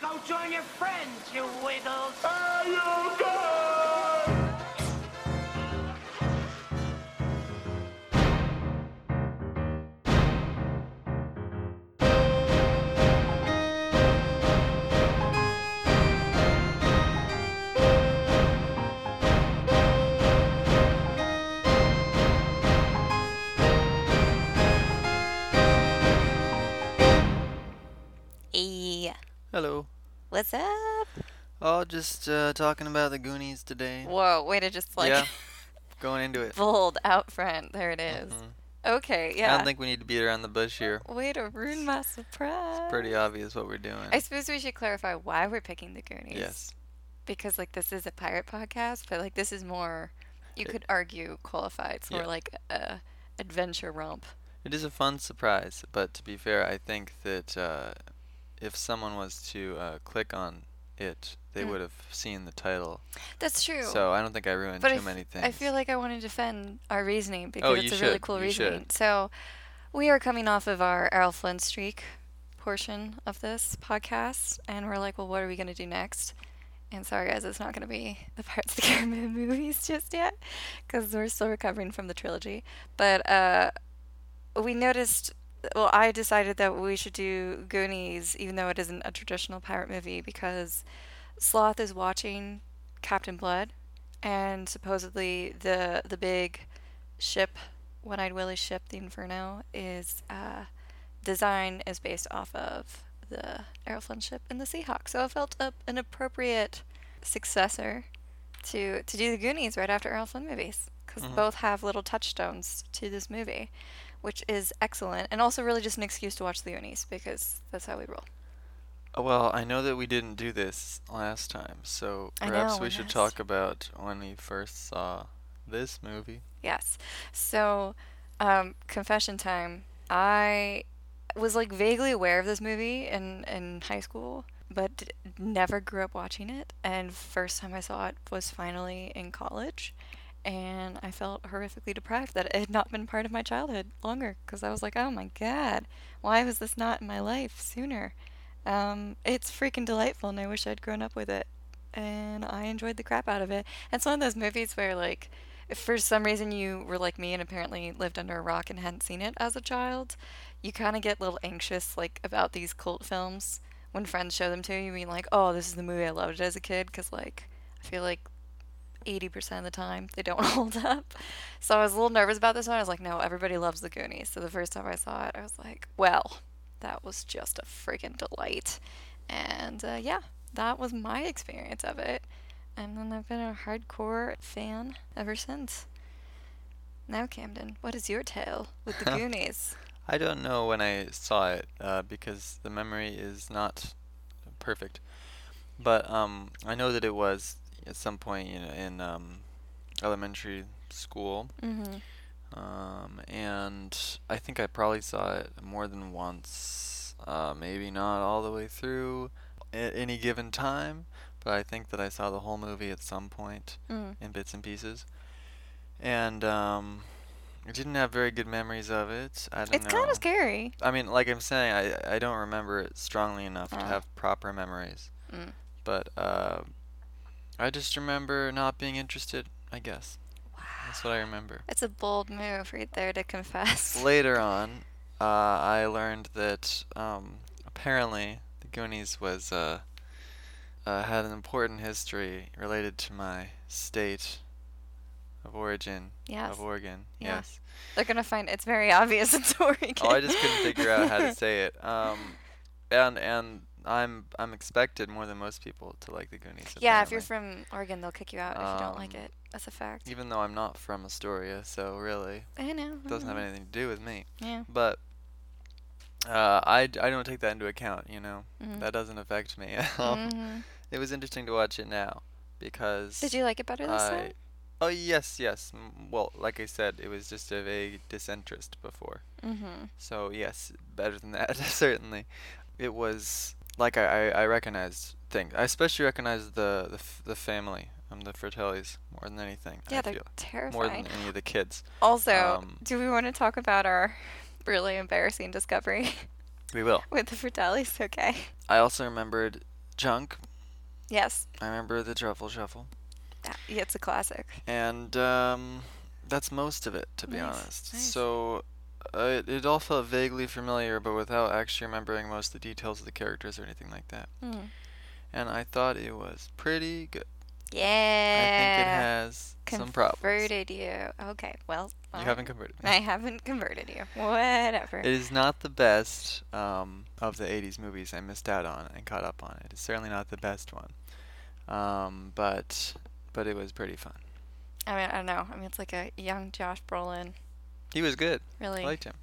Go join your friends, you wiggles. Hey, Hello. what's up? Oh, just uh, talking about the Goonies today. Whoa, way to just like yeah. Going into it. bold out front. There it is. Okay, yeah. Mm-hmm. I don't think we need to beat around the bush here. way to ruin my surprise. Pretty obvious what we're doing. I suppose we should clarify why we're picking the Goonies. yes. Because like this is a pirate podcast, but like this is more, you could argue qualified. It's more Yeah. like a adventure romp. It is a fun surprise, but to be fair, I think that uh, if someone was to uh, click on it, they Mm. would have seen the title. That's true. So I don't think I ruined but I too f- many things. Oh, I feel like I want to defend our reasoning because you it's a really should. cool You should. reasoning. So, we are coming off of our Errol Flynn streak portion of this podcast, and we're like, well, what are we going to do next? And sorry, guys, it's not going to be the Pirates of the Caribbean movies just yet because we're still recovering from the trilogy. But uh, we noticed, well, I decided that we should do Goonies, even though it isn't a traditional pirate movie, because Sloth is watching Captain Blood, and supposedly the the big ship, One-Eyed Willie's ship, the Inferno, is uh, design is based off of the Errol Flynn ship and the Seahawk. So it felt a, an appropriate successor to to do the Goonies right after Errol Flynn movies because both have little touchstones to this movie, which is excellent and also really just an excuse to watch the Goonies because that's how we roll. Oh, Well, I know that we didn't do this last time, so I perhaps know, we we should missed. talk about when we first saw this movie. Yes. So, um, confession time. I was like vaguely aware of this movie in in high school, but d- never grew up watching it. And first time I saw it was finally in college, and I felt horrifically deprived that it had not been part of my childhood longer. Because I was like, oh my god, why was this not in my life sooner? Um, it's freaking delightful, and I wish I'd grown up with it. And I enjoyed the crap out of it. It's one of those movies where, like, if for some reason you were like me and apparently lived under a rock and hadn't seen it as a child, you kind of get a little anxious, like, about these cult films when friends show them to you, being like, oh, this is the movie I loved as a kid. Because, like, I feel like 80% of the time they don't hold up. So I was a little nervous about this one. I was like, no, everybody loves the Goonies. So the first time I saw it, I was like, well, that was just a freaking delight. And uh, yeah, that was my experience of it. And then I've been a hardcore fan ever since. Now, Camden, what is your tale with the Goonies? I don't know when I saw it uh, because the memory is not perfect, but um, I know that it was at some point in, in um, elementary school, Mm-hmm. um, and I think I probably saw it more than once. Uh, maybe not all the way through at any given time, but I think that I saw the whole movie at some point Mm. in bits and pieces, and um, I didn't have very good memories of it. I don't It's know. kind of scary. I mean, like I'm saying, I I don't remember it strongly enough to Ah. have proper memories. Mm. But uh, I just remember not being interested. I guess that's what I remember. It's a bold move right there to confess. Later on, uh, I learned that um, apparently the Goonies was uh, uh, had an important history related to my state of origin Yes. of Oregon. Yeah. Yes. They're going to find it's very obvious it's Oregon. Oh, I just couldn't figure out how to say it. Um, and and I'm I'm expected more than most people to like the Goonies. Yeah, if you're apparently. from Oregon, they'll kick you out if you don't like Um, it. That's a fact. even though I'm not from Astoria, so really I know. Mm-hmm. I it doesn't have know. anything to do with me. Yeah. But uh, I d- I don't take that into account. You know, Mhm. that doesn't affect me. um, Mhm. it was interesting to watch it now because Did you like it better this I- time? Oh yes, yes. M- Well, like I said, it was just a vague disinterest before. Mm-hmm. So yes, better than that, certainly. It was like I, I, I recognized things. I especially recognized the the, f- the family, um, the Fratellis, more than anything. Yeah, I they're feel. more terrifying. than any of the kids. also, um, do we want to talk about our really embarrassing discovery We will. with the Fratellis? Okay. I also remembered junk. Yes, I remember the truffle shuffle. that, yeah, it's a classic. and um, that's most of it, to be Nice, honest. nice. So uh, it, it all felt vaguely familiar, but without actually remembering most of the details of the characters or anything like that. Mm. And I thought it was pretty good. I think it Yeah. has some problems. Uh, Converted you. Okay. Well, You well, haven't converted me. I haven't converted you. Whatever. It is not the best um, of the 80s movies I missed out on and caught up on. It is certainly not the best one. Um, but but it was pretty fun. I mean, I don't know. I mean, it's like a young Josh Brolin. He was good. Really. I liked him.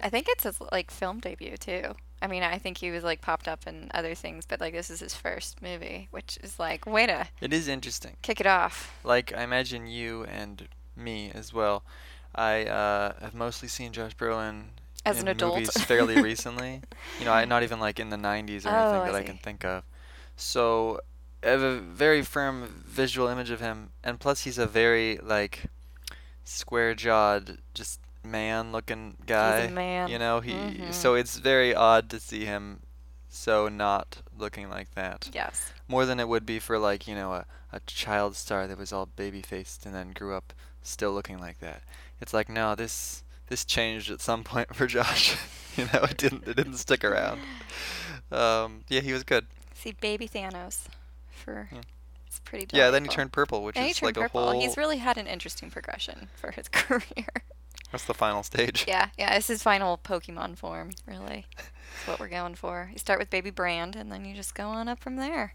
I think it's his like film debut too. I mean, I think he was like popped up in other things, but like this is his first movie, which is like way to It is interesting. kick it off. like I imagine you and me as well. I uh, have mostly seen Josh Brolin As an in adult. movies fairly recently. You know, I, not even like in the '90s or Oh, anything I that I see. can think of. So I have a very firm visual image of him, and plus he's a very like square-jawed, just man-looking guy. man. You know, he. Mhm. So it's very odd to see him so not looking like that Yes. more than it would be for like you know a, a child star that was all baby faced and then grew up still looking like that it's like no this this changed at some point for josh you know it didn't it didn't stick around um yeah he was good See, baby Thanos, for Yeah. it's pretty. yeah then he delightful. turned purple which And he is like turned purple. a whole He's really had an interesting progression for his career. that's the final stage yeah, yeah. It's his final Pokemon form, really. It's what we're going for. You start with Baby Brand, and then you just go on up from there.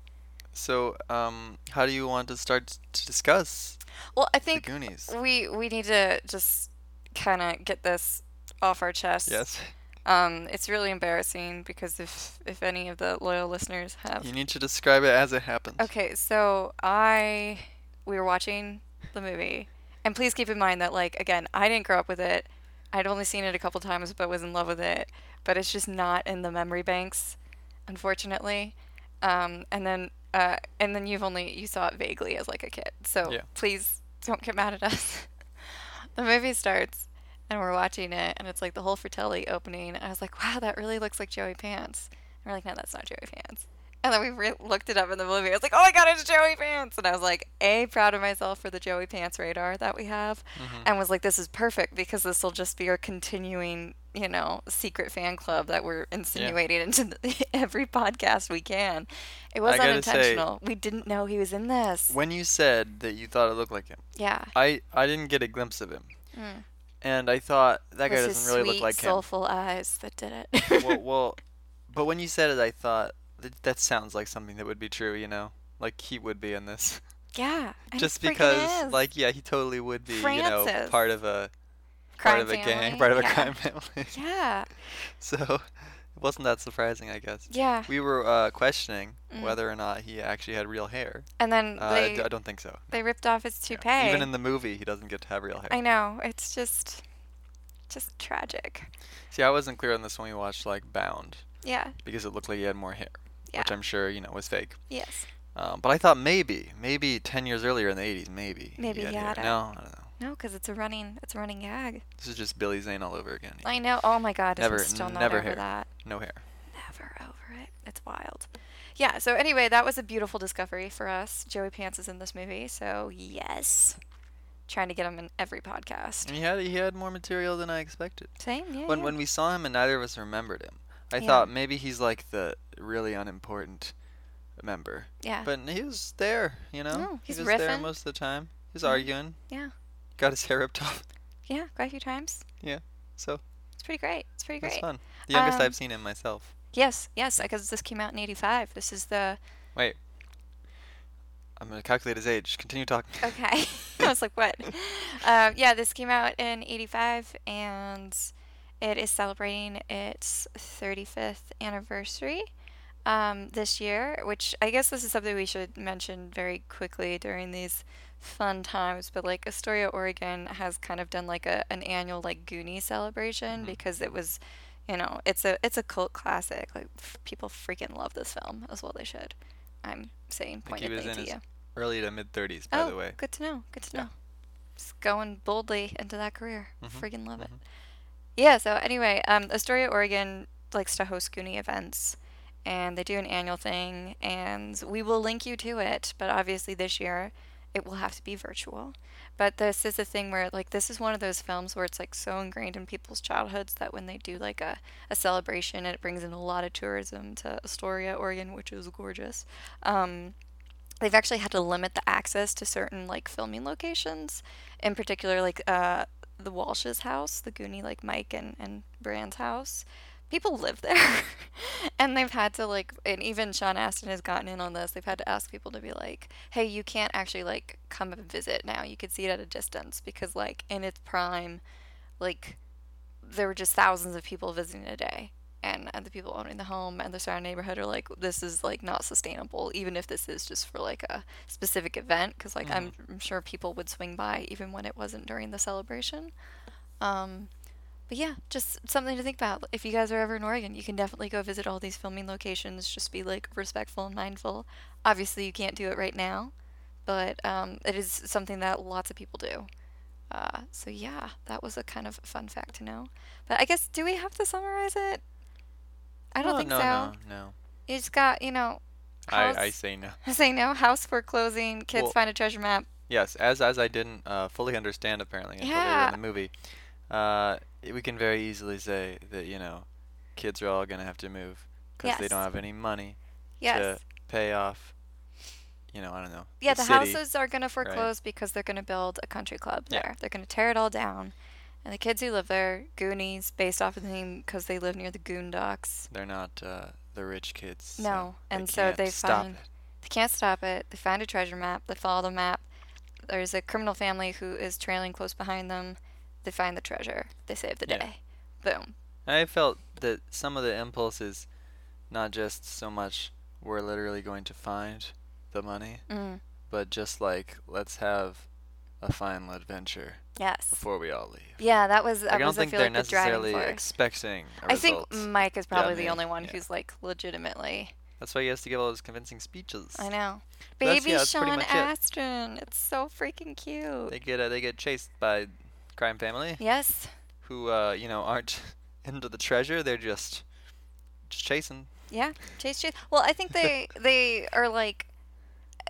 so um how do you want to start s- to discuss Well, I the think goonies we we need to just kind of get this off our chest. yes Um, it's really embarrassing because if if any of the loyal listeners have you need to describe it as it happens Okay, so I we were watching the movie, and please keep in mind that like again, I didn't grow up with it. I'd only seen it a couple times, but was in love with it. But it's just not in the memory banks, unfortunately. Um, and then uh, and then you've only you saw it vaguely as like a kid, so Yeah. please don't get mad at us. the movie starts, and we're watching it, and it's like the whole Fratelli opening. And I was like, wow, that really looks like Joey Pants. And we're like, no, that's not Joey Pants. And then we re- looked it up in the movie. I was like, oh my god, it's Joey Pants. And I was like, A, proud of myself for the Joey Pants radar that we have. Mm-hmm. And was like, this is perfect because this will just be our continuing, you know, secret fan club that we're insinuating into the, every podcast we can. It was gotta say- unintentional. we didn't know he was in this. when you said that you thought it looked like him yeah. I I didn't get a glimpse of him, and I thought that It guy was doesn't his really look Mm. sweet, like soulful eyes that did it. him. well, well, but when you said it, I thought that, that sounds like something that would be true. You know, like he would be in this, yeah. and it just freaking because, is. like, yeah, he totally would be. You know, Francis. part of a part Crime of a gang, family, part of a yeah. crime family. Yeah. so it wasn't that surprising, I guess. Yeah. We were uh, questioning whether or not he actually had real hair. And then Uh, I, they, d- I don't think so. they ripped off his toupee. Even in the movie, he doesn't get to have real hair. I know. It's just just tragic. See, I wasn't clear on this when we watched like Bound. Yeah. because it looked like he had more hair, Yeah. which I'm sure you know was fake. Yes. Um, but I thought maybe, maybe ten years earlier in the '80s, maybe. Maybe he hair. had it. No, I don't know. No, because it's a running it's a running gag. This is just Billy Zane all over again. I know. Oh my god, Never- I'm still not never over hair. that. No hair. Never over it. It's wild. Yeah, so anyway, that was a beautiful discovery for us. Joey Pants is in this movie, so yes. Trying to get him in every podcast. And he had he had more material than I expected. Same, yeah. Mm. When yeah. when we saw him and neither of us remembered him, I Yeah. thought maybe he's like the really unimportant member. yeah. But he was there, you know. No, Uh. Oh, he's he was there riffing. most of the time. He was arguing. yeah. Got his hair ripped off. Yeah, quite a few times. Yeah. So It's pretty great. It's pretty that's great. fun. The youngest Um, I've seen him myself. Yes, yes, because this came out in eighty five. This is the Wait. I'm gonna calculate his age. Continue talking. Okay. I was like, what? Um, yeah, this came out in 85 and it is celebrating its 35th anniversary um, this year, which I guess this is something we should mention very quickly during these fun times. But like Astoria, Oregon has kind of done like a, an annual like Goonie celebration because it was. You know, it's a it's a cult classic. Like f- people freaking love this film as well. They should. I'm saying I think he pointedly was in to his you. early to mid 30s, by oh, the way. good to know. Good to Yeah. know. Just going boldly into that career. Mhm, Friggin' love it. Yeah. So anyway, um, Astoria, Oregon likes to host Goonie events, and they do an annual thing, and we will link you to it. But obviously, this year it will have to be virtual. But this is the thing where, like, this is one of those films where it's like so ingrained in people's childhoods that when they do like a, a celebration, it brings in a lot of tourism to Astoria, Oregon, which is gorgeous. Um, they've actually had to limit the access to certain like filming locations, in particular, like uh, the Walsh's house, the Goonie, like Mike and, and Brand's house people live there and they've had to like and even sean astin has gotten in on this they've had to ask people to be like hey you can't actually like come and visit now you could see it at a distance because like in its prime like there were just thousands of people visiting a day and, and the people owning the home and the surrounding neighborhood are like this is like not sustainable even if this is just for like a specific event because like I'm, I'm sure people would swing by even when it wasn't during the celebration um, but yeah, just something to think about. If you guys are ever in Oregon, you can definitely go visit all these filming locations. Just be like respectful and mindful. Obviously, you can't do it right now, but um, it is something that lots of people do. Uh, so yeah, that was a kind of fun fact to know. But I guess do we have to summarize it? I don't Oh, think no, so. No, no, You just got you know. House, I, I say no. say no. House foreclosing. Kids Well- find a treasure map. Yes, as as I didn't uh, fully understand apparently until Yeah. later in the movie, uh, i- we can very easily say that you know, kids are all gonna have to move because they don't Yes. have any money Yes. to pay off. You know, I don't know. Yeah, the, the, city. houses are going to foreclose because they're going to build a country club Yeah. there. They're going to tear it all down. And the kids who live there, Goonies, based off of the name because they live near the Goondocks. They're not uh, the rich kids. so No, they and so can't they stop find- it. They can't stop it. They find a treasure map. They follow the map. There's a criminal family who is trailing close behind them. They find the treasure. They save the Yeah. day. Boom. I felt that some of the impulses, not just so much we're literally going to find the money, Mm. but just like let's have a final adventure Yes. before we all leave. Yeah, that was that Like, I don't was I think feel they're like the driving necessarily force. expecting a I think mm, result. Mike is probably the me, only one yeah. who's like legitimately That's why he has to give all those convincing speeches. I know. But that's- Baby yeah, that's pretty Sean much it. Astin. It's so freaking cute. They get uh, they get chased by crime family yes. who uh, you know aren't into the treasure. They're just just chasing. Yeah. Chase Chase. Well, I think they they are like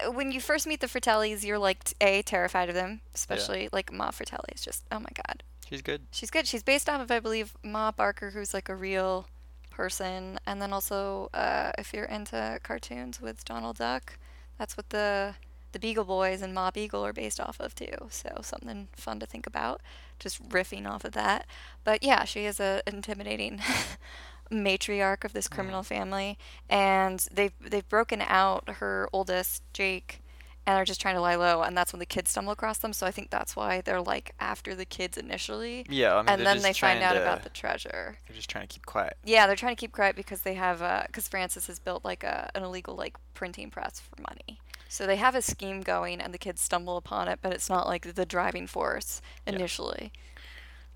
uh, when you first meet the Fratellis, you're like t- a terrified of them, especially like Ma Fratelli is just oh my god. She's good. She's good. She's based off of I believe Ma Barker, who's like a real person, and then also uh, if you're into cartoons with Donald Duck, that's what the the Beagle Boys and Ma Beagle are based off of too. So something fun to think about, just riffing off of that. But yeah, she is a intimidating matriarch of this criminal family, and they've they've broken out her oldest Jake, and are just trying to lie low, and that's when the kids stumble across them. So I think that's why they're like after the kids initially, Yeah, I mean, and they're then just they trying find out to, about the treasure. They're just trying to keep quiet. Yeah, they're trying to keep quiet because they have because Francis has built like a an illegal like printing press for money. So they have a scheme going, and the kids stumble upon it, but it's not like the driving force initially.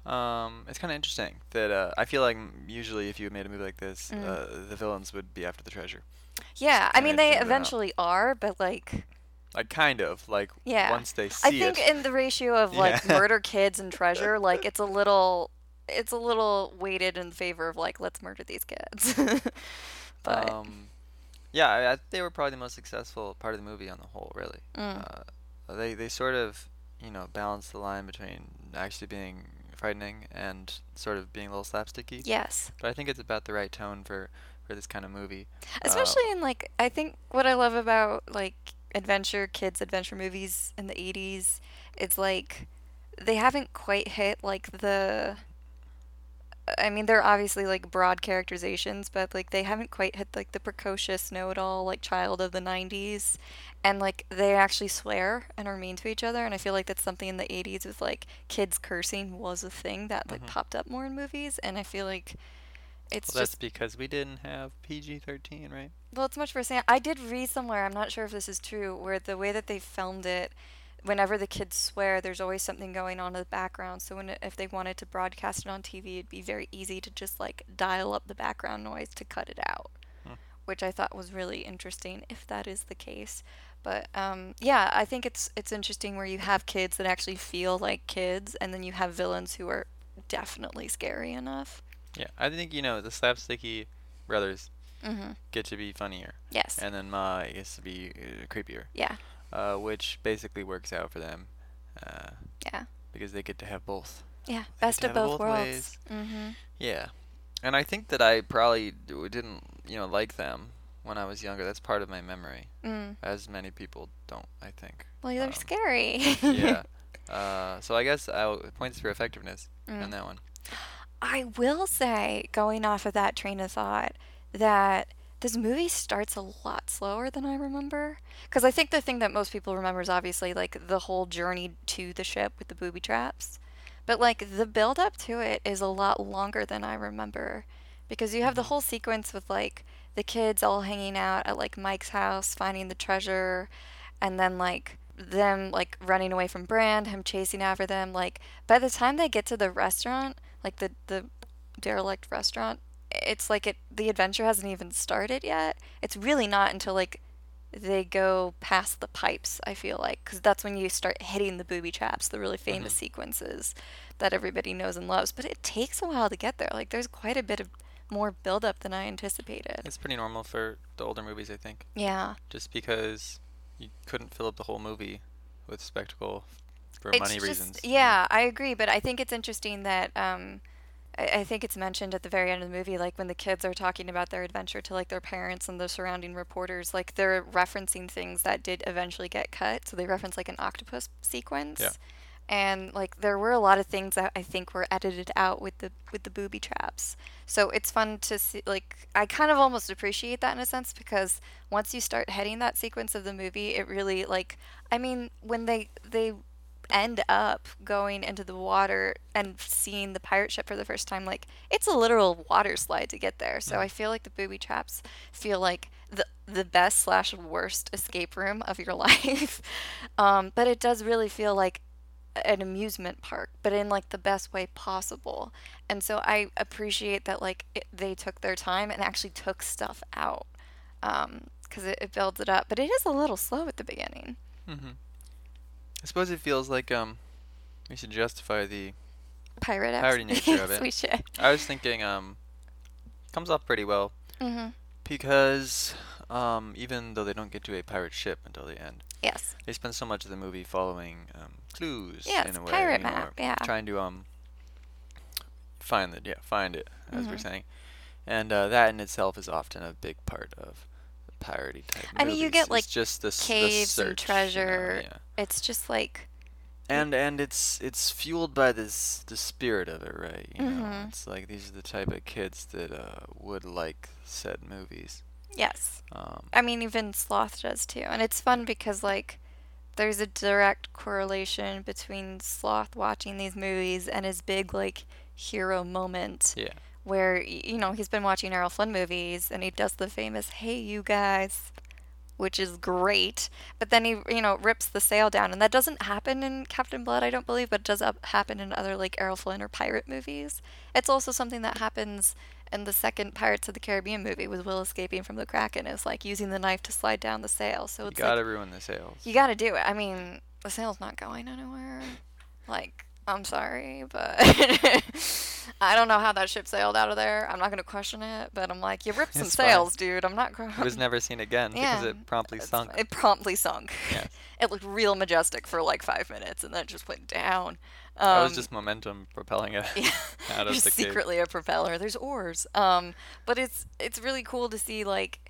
Um, it's kind of interesting that uh, I feel like m- usually if you made a movie like this, Mm. uh, the villains would be after the treasure. Yeah, I kinda mean they interesting to know. eventually are, but like Like kind of like Yeah. once they see I think it. in the ratio of like Yeah. murder kids and treasure, like it's a little it's a little weighted in favor of like let's murder these kids. but um, yeah, I, I, they were probably the most successful part of the movie on the whole. Really, Mm. uh, they they sort of you know balanced the line between actually being frightening and sort of being a little slapsticky. yes. But I think it's about the right tone for for this kind of movie. Uh, Especially in like I think what I love about like adventure kids adventure movies in the 80s it's like they haven't quite hit like the I mean they're obviously like broad characterizations but like they haven't quite hit like the precocious know-it-all like child of the 90s and like they actually swear and are mean to each other and I feel like that's something in the 80s with like kids cursing was a thing that like popped up more in movies and I feel like it's Mm-hmm. well, that's just because we didn't have PG-13, right? well, it's much worse. than- I did read somewhere, I'm not sure if this is true, where the way that they filmed it, whenever the kids swear, there's always something going on in the background. So when if they wanted to broadcast it on TV, it'd be very easy to just like dial up the background noise to cut it out, which I thought was really interesting if that is the case. But um, yeah, I think it's it's interesting where you have kids that actually feel like kids, and then you have villains who are definitely scary enough. Yeah, I think you know the slapsticky brothers hmm get to be funnier, Yes. and then Ma gets to be uh, creepier, yeah. uh, which basically works out for them uh, Yeah. because they get to have both. Yeah. Best to of have it both, both worlds. hmm Yeah, and I think that I probably d- didn't you know like them when I was younger. That's part of my memory, Mm. as many people don't, I think. Well, they're Um, scary. yeah. Uh, so I guess I w- points for effectiveness Mm. on that one. I will say, going off of that train of thought, that this movie starts a lot slower than I remember. Because I think the thing that most people remember is obviously like the whole journey to the ship with the booby traps. But like the build up to it is a lot longer than I remember. Because you have the whole sequence with like the kids all hanging out at like Mike's house, finding the treasure, and then like them like running away from Brand, him chasing after them. Like by the time they get to the restaurant, like the the derelict restaurant, it's like it the adventure hasn't even started yet. It's really not until like they go past the pipes. I feel like because that's when you start hitting the booby traps, the really famous sequences that everybody knows and loves. But it takes a while to get there. Like there's quite a bit of more build up than I anticipated. It's pretty normal for the older movies, I think, Yeah. just because you couldn't fill up the whole movie with spectacle for It's money just- reasons. you know? Yeah, I agree, but I think it's interesting that um, I, I think it's mentioned at the very end of the movie, like when the kids are talking about their adventure to like their parents and the surrounding reporters, like they're referencing things that did eventually get cut. So they reference like an octopus sequence. Yeah. And like there were a lot of things that I think were edited out with the with the booby traps. So it's fun to see like I kind of almost appreciate that in a sense because once you start heading that sequence of the movie, it really like I mean, when they they end up going into the water and seeing the pirate ship for the first time like it's a literal water slide to get there so i feel like the booby traps feel like the the best slash worst escape room of your life um, but it does really feel like an amusement park but in like the best way possible and so i appreciate that like it, they took their time and actually took stuff out because it, it builds it up but it is a little slow at the beginning Mm-hmm. I suppose it feels like um, we should justify the. pirate ex- Parody nature Yes, of it. we should I was thinking um, comes off pretty well hmm because um, even though they don't get to a pirate ship until the end, yes they spend so much of the movie following um, clues Yeah, in it's a way, pirate you know, map, or yeah. trying to um find it, yeah, find it, as Mm-hmm. we're saying, and uh, that in itself is often a big part of the parody type. I mean, you movies, get, is like, just the, s- the caves and search, you know, treasure. yeah. It's just like and and it's it's fueled by this the spirit of it, right? You know, Mhm. it's like these are the type of kids that uh, would like said movies. yes. Um, I mean, even sloth does too, and it's fun because like there's a direct correlation between sloth watching these movies and his big like hero moment yeah, where y- you know he's been watching Errol Flynn movies and he does the famous "Hey you guys," which is great. But then he you know rips the sail down, and that doesn't happen in Captain Blood, I don't believe, but it does up- happen in other like Errol Flynn or pirate movies. It's also something that happens in the second Pirates of the Caribbean movie with Will escaping from the Kraken is like using the knife to slide down the sail. So you it's gotta like, ruin the sales. you gotta do it. I mean, the sail's not going anywhere. Like, I'm sorry, but I don't know how that ship sailed out of there. I'm not gonna question it, but I'm like, you ripped some It's fine. sails, dude. I'm not. Gonna... It was never seen again because Yeah, it promptly It's sunk. fine. It promptly sunk. Yes. it looked real majestic for like five minutes, and then it just went down. Um, That was just momentum propelling it out of There's the cave. secretly a propeller. There's oars. Um, but it's it's really cool to see like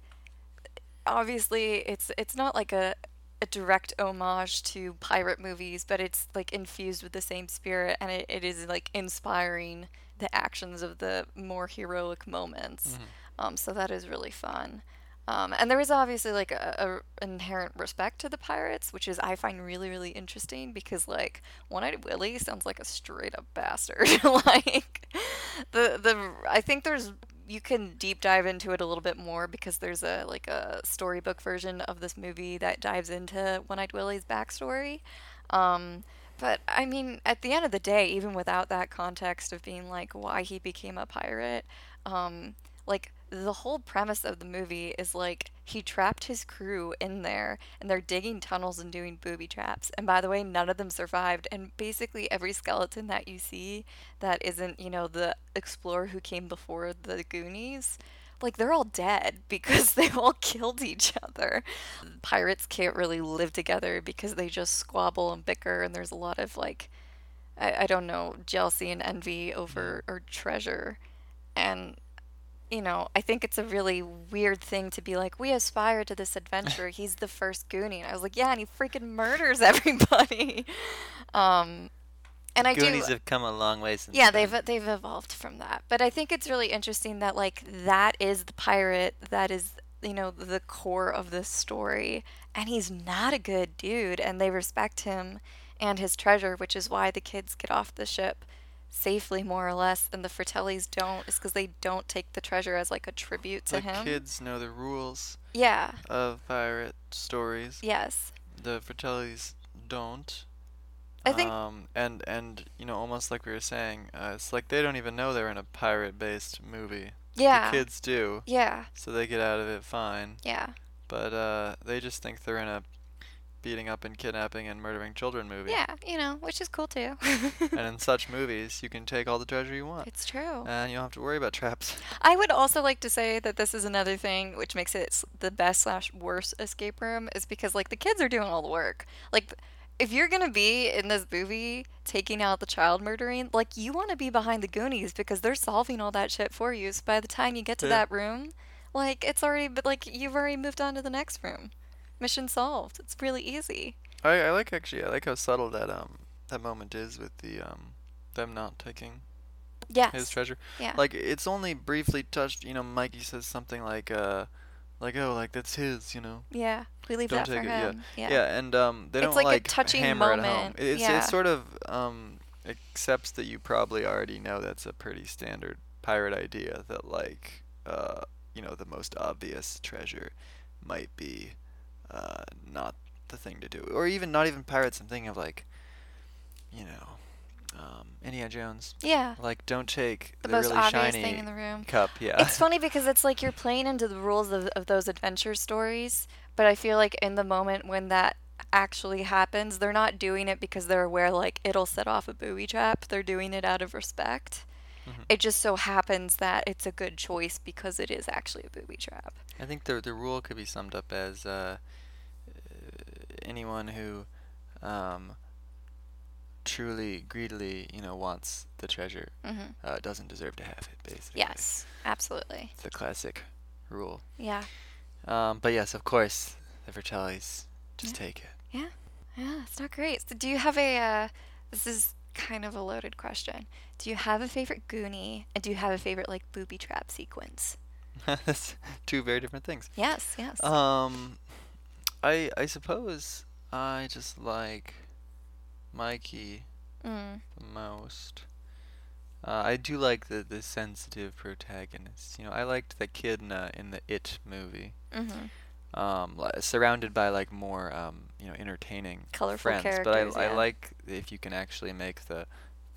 obviously it's it's not like a a direct homage to pirate movies, but it's like infused with the same spirit and it, it is like inspiring the actions of the more heroic moments. Um, so that is really fun. Um, and there is obviously like a, a inherent respect to the pirates, which is I find really really interesting because like One Eyed Willie sounds like a straight up bastard. like the the I think there's you can deep dive into it a little bit more because there's a like a storybook version of this movie that dives into One Eyed Willie's backstory. Um, but I mean, at the end of the day, even without that context of being like why he became a pirate, um, like the whole premise of the movie is like he trapped his crew in there and they're digging tunnels and doing booby traps. And by the way, none of them survived. And basically, every skeleton that you see that isn't, you know, the explorer who came before the Goonies like they're all dead because they all killed each other. um, Pirates can't really live together because they just squabble and bicker, and there's a lot of like, I, I don't know, jealousy and envy over or treasure. And, you know, I think it's a really weird thing to be like, we aspire to this adventure. He's the first Goonie. And I was like, yeah, and he freaking murders everybody. Um, and I do. Goonies have come a long way since. Yeah, they've uh, then. they've evolved from that. But I think it's really interesting that like that is the pirate that is you know the core of this story and he's not a good dude and they respect him and his treasure which is why the kids get off the ship safely more or less and the fratellis don't is because they don't take the treasure as like a tribute to the him kids know the rules yeah of pirate stories. yes The Fratellis don't. i think Um, and and you know, almost like we were saying, uh, it's like they don't even know they're in a pirate-based movie. yeah The kids do, yeah so they get out of it fine. yeah But uh, they just think they're in a beating up and kidnapping and murdering children movie. yeah you know which is cool too And in such movies, you can take all the treasure you want, it's true and you don't have to worry about traps. I would also like to say that this is another thing which makes it s- the best slash worst escape room is because like the kids are doing all the work. Like if you're gonna be in this movie taking out the child murdering, like you want to be behind the Goonies because they're solving all that shit for you. So by the time you get to Yeah. that room, like it's already but like you've already moved on to the next room. Mission solved. It's really easy. I, I like actually I like how subtle that um that moment is with the um them not taking Yes. his treasure. yeah. Like it's only briefly touched. You know, Mikey says something like uh like oh like that's his. You know. yeah. We leave don't that for take it, yeah. him. Yeah. and um they It's don't like like, a touching hammer it home. moment, It- It's yeah. it's sort of um accepts that you probably already know that's a pretty standard pirate idea that like uh you know the most obvious treasure might be uh not the thing to do or even not even pirates I'm thinking of like you know um Indiana Jones Yeah. like don't take The the, most really obvious shiny thing in the room. cup yeah it's funny because it's like you're playing into the rules of, of those adventure stories but i feel like in the moment when that actually happens they're not doing it because they're aware like it'll set off a booby trap they're doing it out of respect it just so happens that it's a good choice because it is actually a booby trap I think the the rule could be summed up as uh, anyone who um, truly greedily you know wants the treasure Mhm. uh, doesn't deserve to have it. Basically, yes absolutely it's the classic rule. yeah Um, but yes, of course, the Fratellis just take it. Yeah, yeah, it's not great. So do you have a? Uh, this is kind of a loaded question. Do you have a favorite Goonie, and do you have a favorite like booby trap sequence? That's two very different things. Yes, yes. Um, I I suppose I just like Mikey mm, the most. Uh, I do like the, the sensitive protagonist. You know, I liked the kid in, uh, in the It movie. hmm Um, li- surrounded by like more um, you know entertaining Colorful friends, characters, but I, yeah. I like if you can actually make the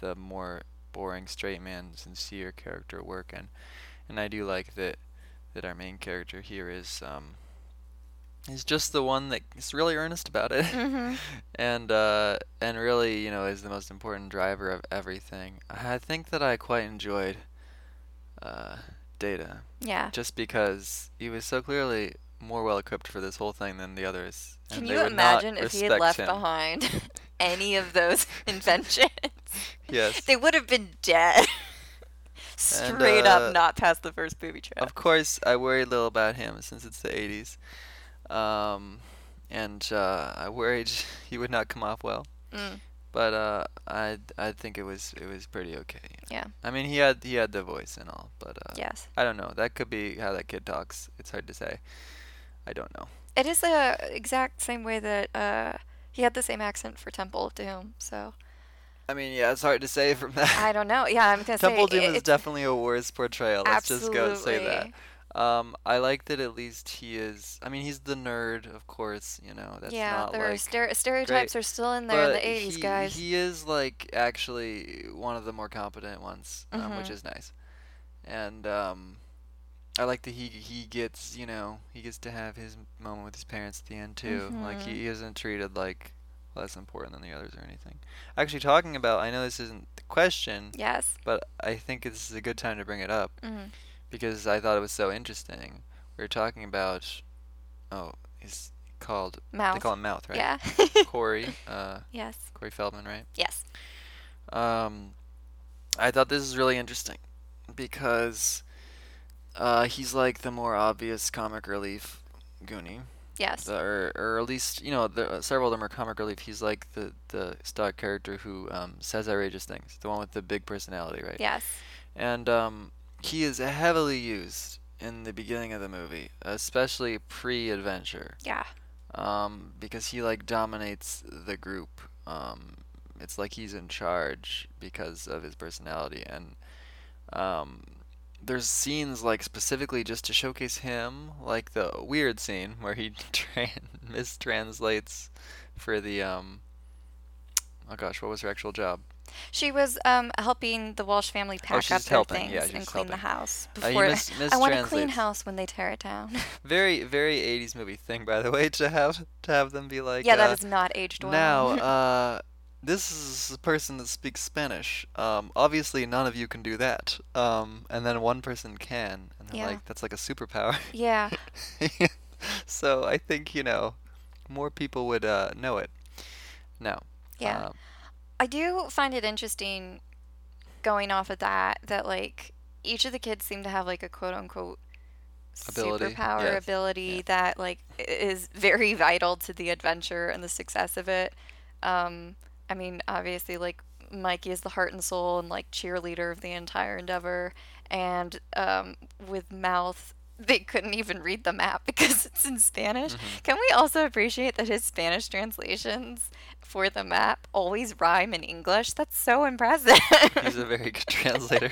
the more boring straight man sincere character work and and I do like that that our main character here is um is just the one that is really earnest about it Mm-hmm. and uh, and really you know is the most important driver of everything. I think that I quite enjoyed uh, Data Yeah. just because he was so clearly more well equipped for this whole thing than the others. Can and you they would not imagine if he had respect left him. behind any of those inventions? Yes. They would have been dead. Straight uh, up, not past the first booby trap. Of course, I worried little about him since it's the 80s. Um, and uh, I worried he would not come off well. Mm. But uh, I I think it was it was pretty okay. Yeah. I mean, he had he had the voice and all, but uh, Yes. I don't know. That could be how that kid talks. It's hard to say. I don't know. It is the exact same way that uh, he had the same accent for Temple of Doom. So I mean, yeah, it's hard to say from that. I don't know. Yeah, I'm gonna Temple say Doom is it's- definitely a worse portrayal. Let's just go say Absolutely. that. Um, I like that at least he is. I mean, he's the nerd, of course. You know, that's yeah, not there are like. stere- stereotypes are still in there in but the '80s, he, guys. He is like actually one of the more competent ones, um, Mm-hmm. which is nice. And um, I like that he he gets you know he gets to have his moment with his parents at the end too. Like he, he Mm-hmm. isn't treated like less important than the others or anything. Actually, talking about I know this isn't the question yes. Mm-hmm. but I think this is a good time to bring it up. because I thought it was so interesting. We were talking about, oh, he's called They Mouth. call him Mouth, right? Yeah. Corey, uh, yes. Corey Feldman, right? Yes. Um, I thought this is really interesting because uh, he's like the more obvious comic relief Goonie, Yes. The- or or at least you know the, several of them are comic relief. He's like the the stock character who um, says outrageous things, the one with the big personality, right? yes. and um, he is heavily used in the beginning of the movie, especially pre-adventure, Yeah. um, because he like dominates the group. Um, it's like he's in charge because of his personality, and um, there's scenes like specifically just to showcase him, like the weird scene where he tran- mistranslates for the um. Oh gosh, what was her actual job? She was um, helping the Walsh family pack Oh, she's up just their helping. things Yeah, she's and just clean the helping. house Uh, he before. mis- I want to clean mistranslates. house when they tear it down. Very, very '80s movie thing, by the way, to have to have them be like, yeah, uh, that is not aged well. Now, uh, this is a person that speaks Spanish. Um, obviously, none of you can do that. Um, and then one person can, and they're Yeah. like, that's like a superpower. yeah. so I think you know, more people would uh, know it. Now, Yeah. um, I do find it interesting going off of that that like each of the kids seem to have like a quote unquote Ability, superpower yes, ability that like i- is very vital to the adventure and the success of it. Um, I mean, obviously, like Mikey is the heart and soul and like cheerleader of the entire endeavor, and um, with mouth. They couldn't even read the map because it's in Spanish. Mm-hmm. Can we also appreciate that his Spanish translations for the map always rhyme in English? That's so impressive. he's a very good translator.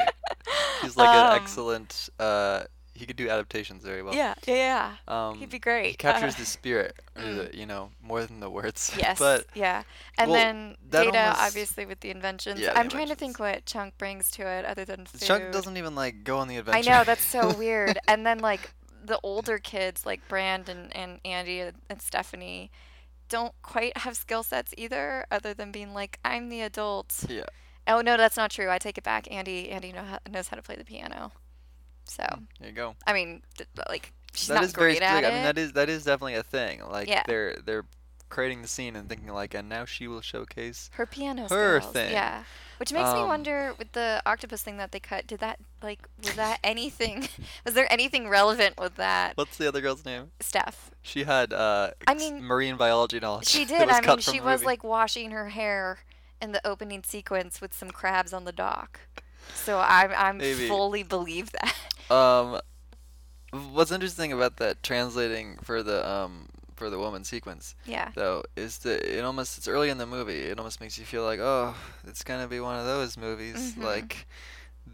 he's like Um, an excellent. Uh, he could do adaptations very well. yeah, yeah, yeah. Um, He'd be He great. Uh, mm. captures the spirit, or the, you know, more than the words. Yes. But yeah. And well, then that data, almost- obviously, with the inventions. Yeah, the I'm trying to inventions. think what Chunk brings to it other than food. Chuck doesn't even like go on the I adventure. know that's so weird. And then like the older kids, like Brand and and Andy and, and Stephanie, don't quite have skill sets either, other than being like, I'm the adult. Yeah. Oh no, that's not true. I take it back. Andy Andy know how, knows how to play the piano. So There you go. I mean, th- like she's That is not very great at specific. I mean, it. that is that is definitely a thing. Like Yeah. they're they're creating the scene and thinking like, and now she will showcase. Her piano her skills. thing. Yeah. Which makes me Um, wonder with the octopus thing that they cut, did that like was that anything was there anything relevant with that What's the other girl's name? stuff? She had uh, I s- mean, marine biology knowledge. She that did. was I mean, cut from she the was movie. like washing her hair in the opening sequence with some crabs on the dock. So I I'm Maybe. fully believe that. Um, what's interesting about that translating for the um for the woman sequence yeah. though is that it almost it's early in the movie. It almost makes you feel like, oh, it's gonna be one of those movies Mhm. like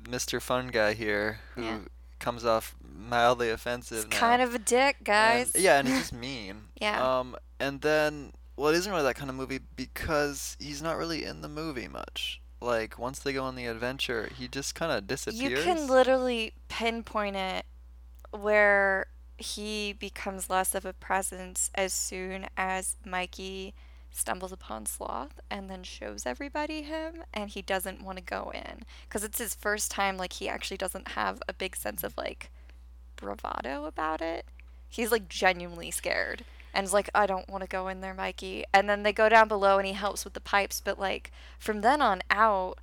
Mr. Fun Guy here who Yeah. comes off mildly offensive. It's now. kind of a dick, And- guys. yeah, and he's just mean. Yeah. Um, and then well, it isn't really that kind of movie because he's not really in the movie much. Like once they go on the adventure, he just kind of you disappears. can literally pinpoint it where he becomes less of a presence as soon as Mikey stumbles upon Sloth and then shows everybody him and he doesn't want to go in because it's his first time like he actually doesn't have a big sense of like bravado about it. He's like genuinely scared and is like, I don't want to go in there, Mikey. And then they go down below and he helps with the pipes, but like from then on out,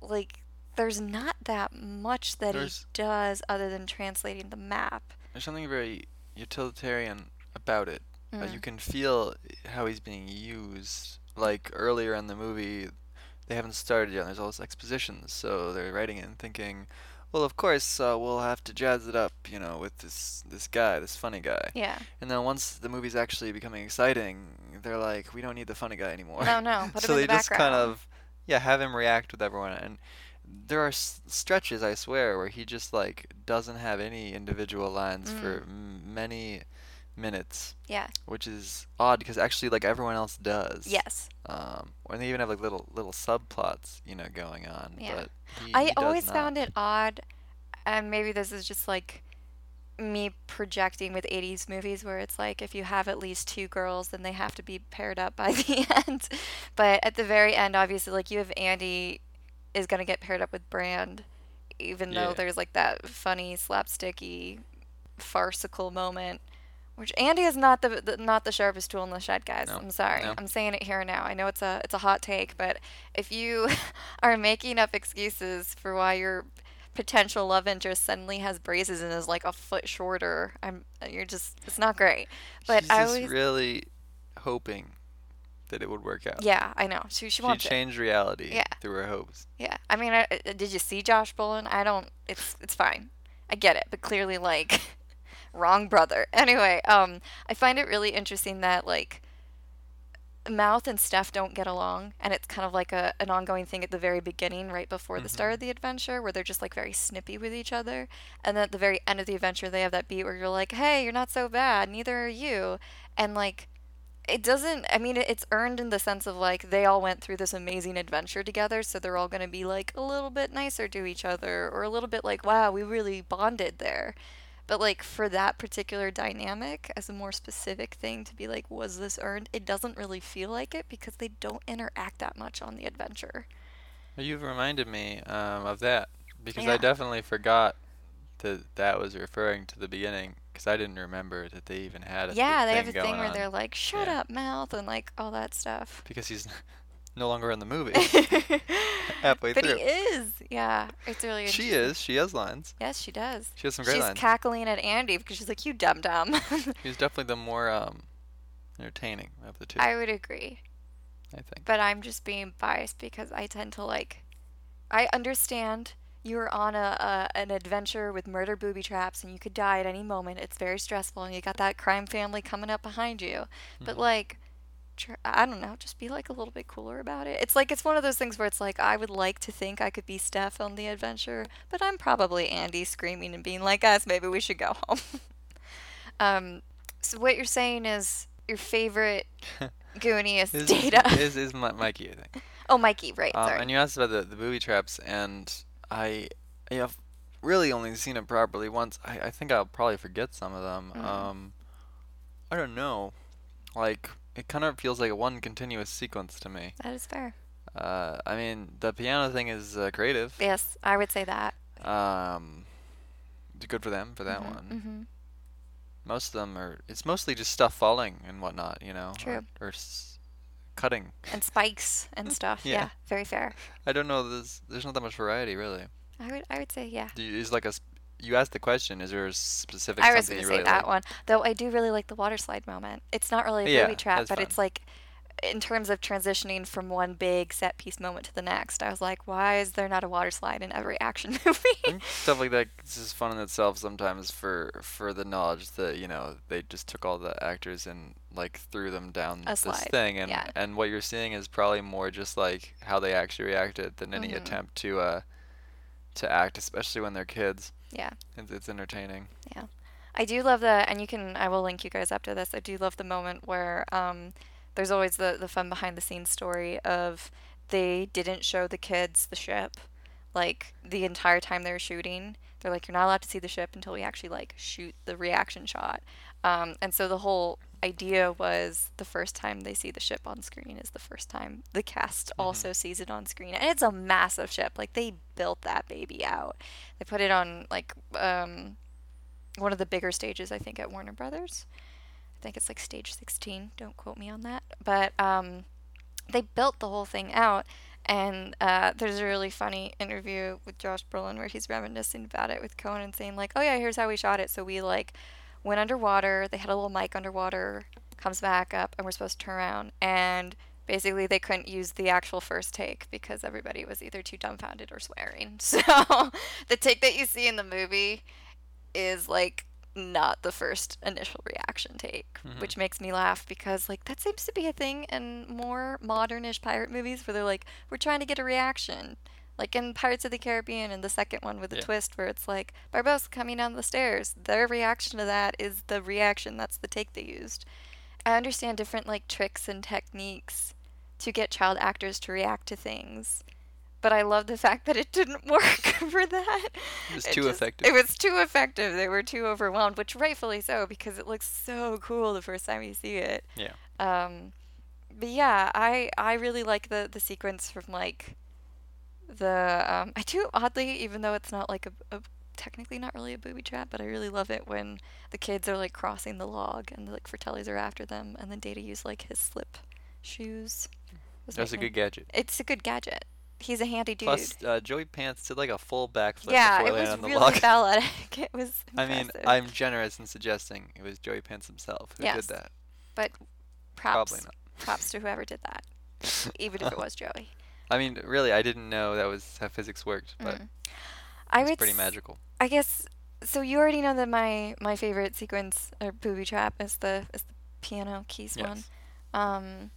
like there's not that much that There's- he does other than translating the map. There's something very utilitarian about it. Uh, Mm. you can feel how he's being used. Like earlier in the movie, they haven't started yet. There's all this exposition, so they're writing it and thinking, "Well, of course, uh, we'll have to jazz it up, you know, with this this guy, this funny guy." Yeah. And then once the movie's actually becoming exciting, they're like, "We don't need the funny guy anymore." No, no. Put so him they in the just kind background. of, yeah, have him react with everyone. And there are s- stretches, I swear, where he just like doesn't have any individual lines for Mm. m- many minutes, Yeah. which is odd because actually, like everyone else does. Yes. Um, and they even have like little little subplots, you know, going on. Yeah. But he, I he does always not. found it odd, and maybe this is just like me projecting with 80s movies where it's like if you have at least two girls, then they have to be paired up by the end. But at the very end, obviously, like you have Andy is going to get paired up with Brand. even Yeah. though there's like that funny slapsticky farcical moment which Andy is not the, the not the sharpest tool in the shed, guys. No, I'm sorry. no. I'm saying it here and now. I know it's a it's a hot take, but if you are making up excuses for why your potential love interest suddenly has braces and is like a foot shorter, I'm uh, you're just it's not great. But She's I just always really hoping that it would work out. yeah, I know. She she She wants it. changed reality Yeah. through her hopes. Yeah, I mean, I, I- did you see Josh Brolin? I don't. It's it's fine. I get it, but clearly, like, wrong brother. Anyway, um, I find it really interesting that like, Mouth and Steph don't get along, and it's kind of like a an ongoing thing at the very beginning, right before the start of the adventure, where they're just like very snippy with each other, and then at the very end of the adventure, they have that beat where you're like, "Hey, you're not so bad. Neither are you," and like it doesn't i mean it- it's earned in the sense of like they all went through this amazing adventure together so they're all going to be like a little bit nicer to each other or a little bit like wow we really bonded there but like for that particular dynamic as a more specific thing to be like was this earned it doesn't really feel like it because they don't interact that much on the adventure Well, You've reminded me um, of that because I Yeah. definitely forgot that that was referring to the beginning because I didn't remember that they even had a th- yeah they have a thing thing going where on they're like shut Yeah. up mouth and like all that stuff because he's no longer in the movie halfway but through. he is yeah it's really she interesting. is. She has lines. yes she does She has some great she's lines. cackling at Andy because she's like, "You dum dum." He's definitely the more um, entertaining of the two. I, I would agree, think. but I'm just being biased because I tend to like. I understand you're on a, a an adventure with murder booby traps and you could die at any moment. It's very stressful, and you got that crime family coming up behind you. But like. tr- I don't know, just be like a little bit cooler about it. It's like it's one of those things where it's like I would like to think I could be Steph on the adventure, but I'm probably Andy screaming and being like, "Guys, maybe we should go home." um, so what you're saying is your favorite Goonie is Is, Data. is is Mi- Mikey? I think. oh, Mikey, right? Um, sorry. and you asked about the, the booby traps, and I, I have really only seen it properly once. I, I think I'll probably forget some of them. Mm-hmm. Um, I don't know. Like, it kind of feels like one continuous sequence to me. that is fair. Uh, I mean, the piano thing is uh, creative. Yes, I would say that. Um, it's good for them for that Mm-hmm. one. Most of them are. It's mostly just stuff falling and whatnot, you know, True. or, or s- cutting. And spikes and stuff. Yeah. yeah. very fair. I don't know. There's there's not that much variety really. I would, I would say, yeah. Do you, is like a s- you asked the question. Is there a specific I was going something you to really say that like? one. Though I do really like the water slide moment. It's not really a Yeah, booby trap, that's but fun. it's like in terms of transitioning from one big set piece moment to the next, I was like, why is there not a water slide in every action I movie? think stuff like that is just fun in itself sometimes for for the knowledge that you know they just took all the actors and like threw them down A this slide, thing and yeah. and what you're seeing is probably more just like how they actually reacted than Mm-hmm. any attempt to uh to act especially when they're kids yeah. it's, it's entertaining Yeah. I do love the, and you can, I will link you guys up to this. I do love the moment where um, there's always the, the fun behind the scenes story of they didn't show the kids the ship like the entire time they were shooting. They're like, you're not allowed to see the ship until we actually like shoot the reaction shot. Um, and so the whole idea was the first time they see the ship on screen is the first time the cast also sees it on screen. And it's a massive ship. Like they built that baby out. They put it on like um, one of the bigger stages I think at Warner Brothers. I think it's like stage 16. Don't quote me on that. But um, they built the whole thing out. And uh, there's a really funny interview with Josh Brolin where he's reminiscing about it with Conan, saying like, "Oh yeah, here's how we shot it. So we like went underwater. They had a little mic underwater. Comes back up, and we're supposed to turn around. And basically, they couldn't use the actual first take because everybody was either too dumbfounded or swearing. So the take that you see in the movie is like not the first initial reaction take, which makes me laugh because like that seems to be a thing in more modernish pirate movies where they're like we're trying to get a reaction. Like in Pirates of the Caribbean and the second one with the Yeah. twist where it's like Barbosa coming down the stairs. Their reaction to that is the reaction that's the take they used. I understand different like tricks and techniques to get child actors to react to things. But I love the fact that it didn't work for that. It was too effective. It was too effective. They were too overwhelmed, which rightfully so because it looks so cool the first time you see it. yeah Um, but yeah, I I really like the the sequence from like the um, I do oddly, even though it's not like a, a technically not really a booby trap, but I really love it when the kids are like crossing the log and like Fratellis are after them, and then Data used like his slip shoes. Those That's a make good me- gadget. It's a good gadget. He's a handy dude. Plus, uh, Joey Pants did like a full backflip yeah, before it laying was on the really log. balletic. It was. I mean, impressive. I'm generous in suggesting it was Joey Pants himself who Yes. did that. props, Probably not. props to whoever did that, even if it was Joey. I mean, really, I didn't know that was how physics worked, but Mm. I it's would pretty s- magical. I guess so. You already know that my my favorite sequence or booby trap is the is the piano keys one. Yes. Um,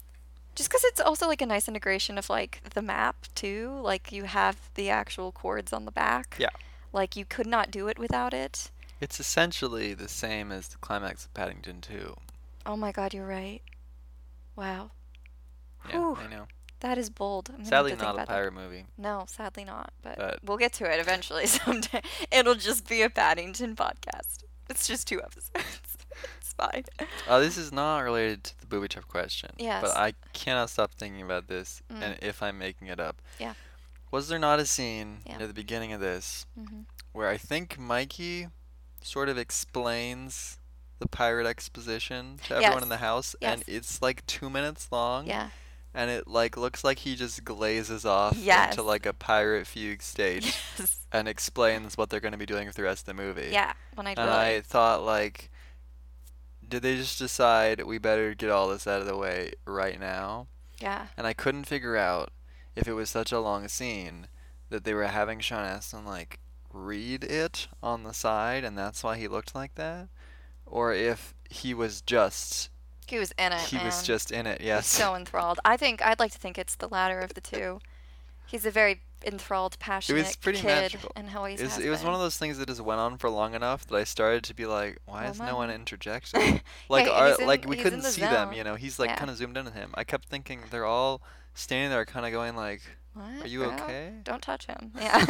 just because it's also like a nice integration of like the map too. Like you have the actual chords on the back. Yeah. Like you could not do it without it. It's essentially the same as the climax of Paddington 2. Oh my God, you're right. Wow, Yeah, Whew. I know. that is bold. I'm gonna have Sadly, to think not a about that. pirate movie. No, sadly not. But, But- we'll get to it eventually someday. It'll just be a Paddington podcast. It's just two episodes. it's fine. Uh, this is not related to the booby trap question. Yes. But I cannot stop thinking about this, Mm. and if I'm making it up. Yeah. Was there not a scene Yeah. near the beginning of this Mm-hmm. where I think Mikey sort of explains the pirate exposition to everyone Yes. in the house, and Yes. it's like two minutes long, Yeah. and it like looks like he just glazes off Yes. into like a pirate fugue stage Yes. and explains what they're going to be doing for the rest of the movie. Yeah. When I do And I thought, like, did they just decide we better get all this out of the way right now? Yeah. And I couldn't figure out if it was such a long scene that they were having Sean Astin, like, read it on the side and that's why he looked like that, or if he was just. He was in it. He was man. just in it, He's yes. so enthralled. I think I'd like to think it's the latter of the two. He's a very enthralled, passionate pretty kid, magical. and how he's. It was, it was one of those things that just went on for long enough that I started to be like, why Well, is no my- one interjecting? Like, Yeah, our, he's in- like we he's in couldn't the see them, zone. you know. He's like Yeah. kind of zoomed in on him. I kept thinking they're all standing there, kind of going like, What, "Are you bro? okay?" Don't touch him. Yeah.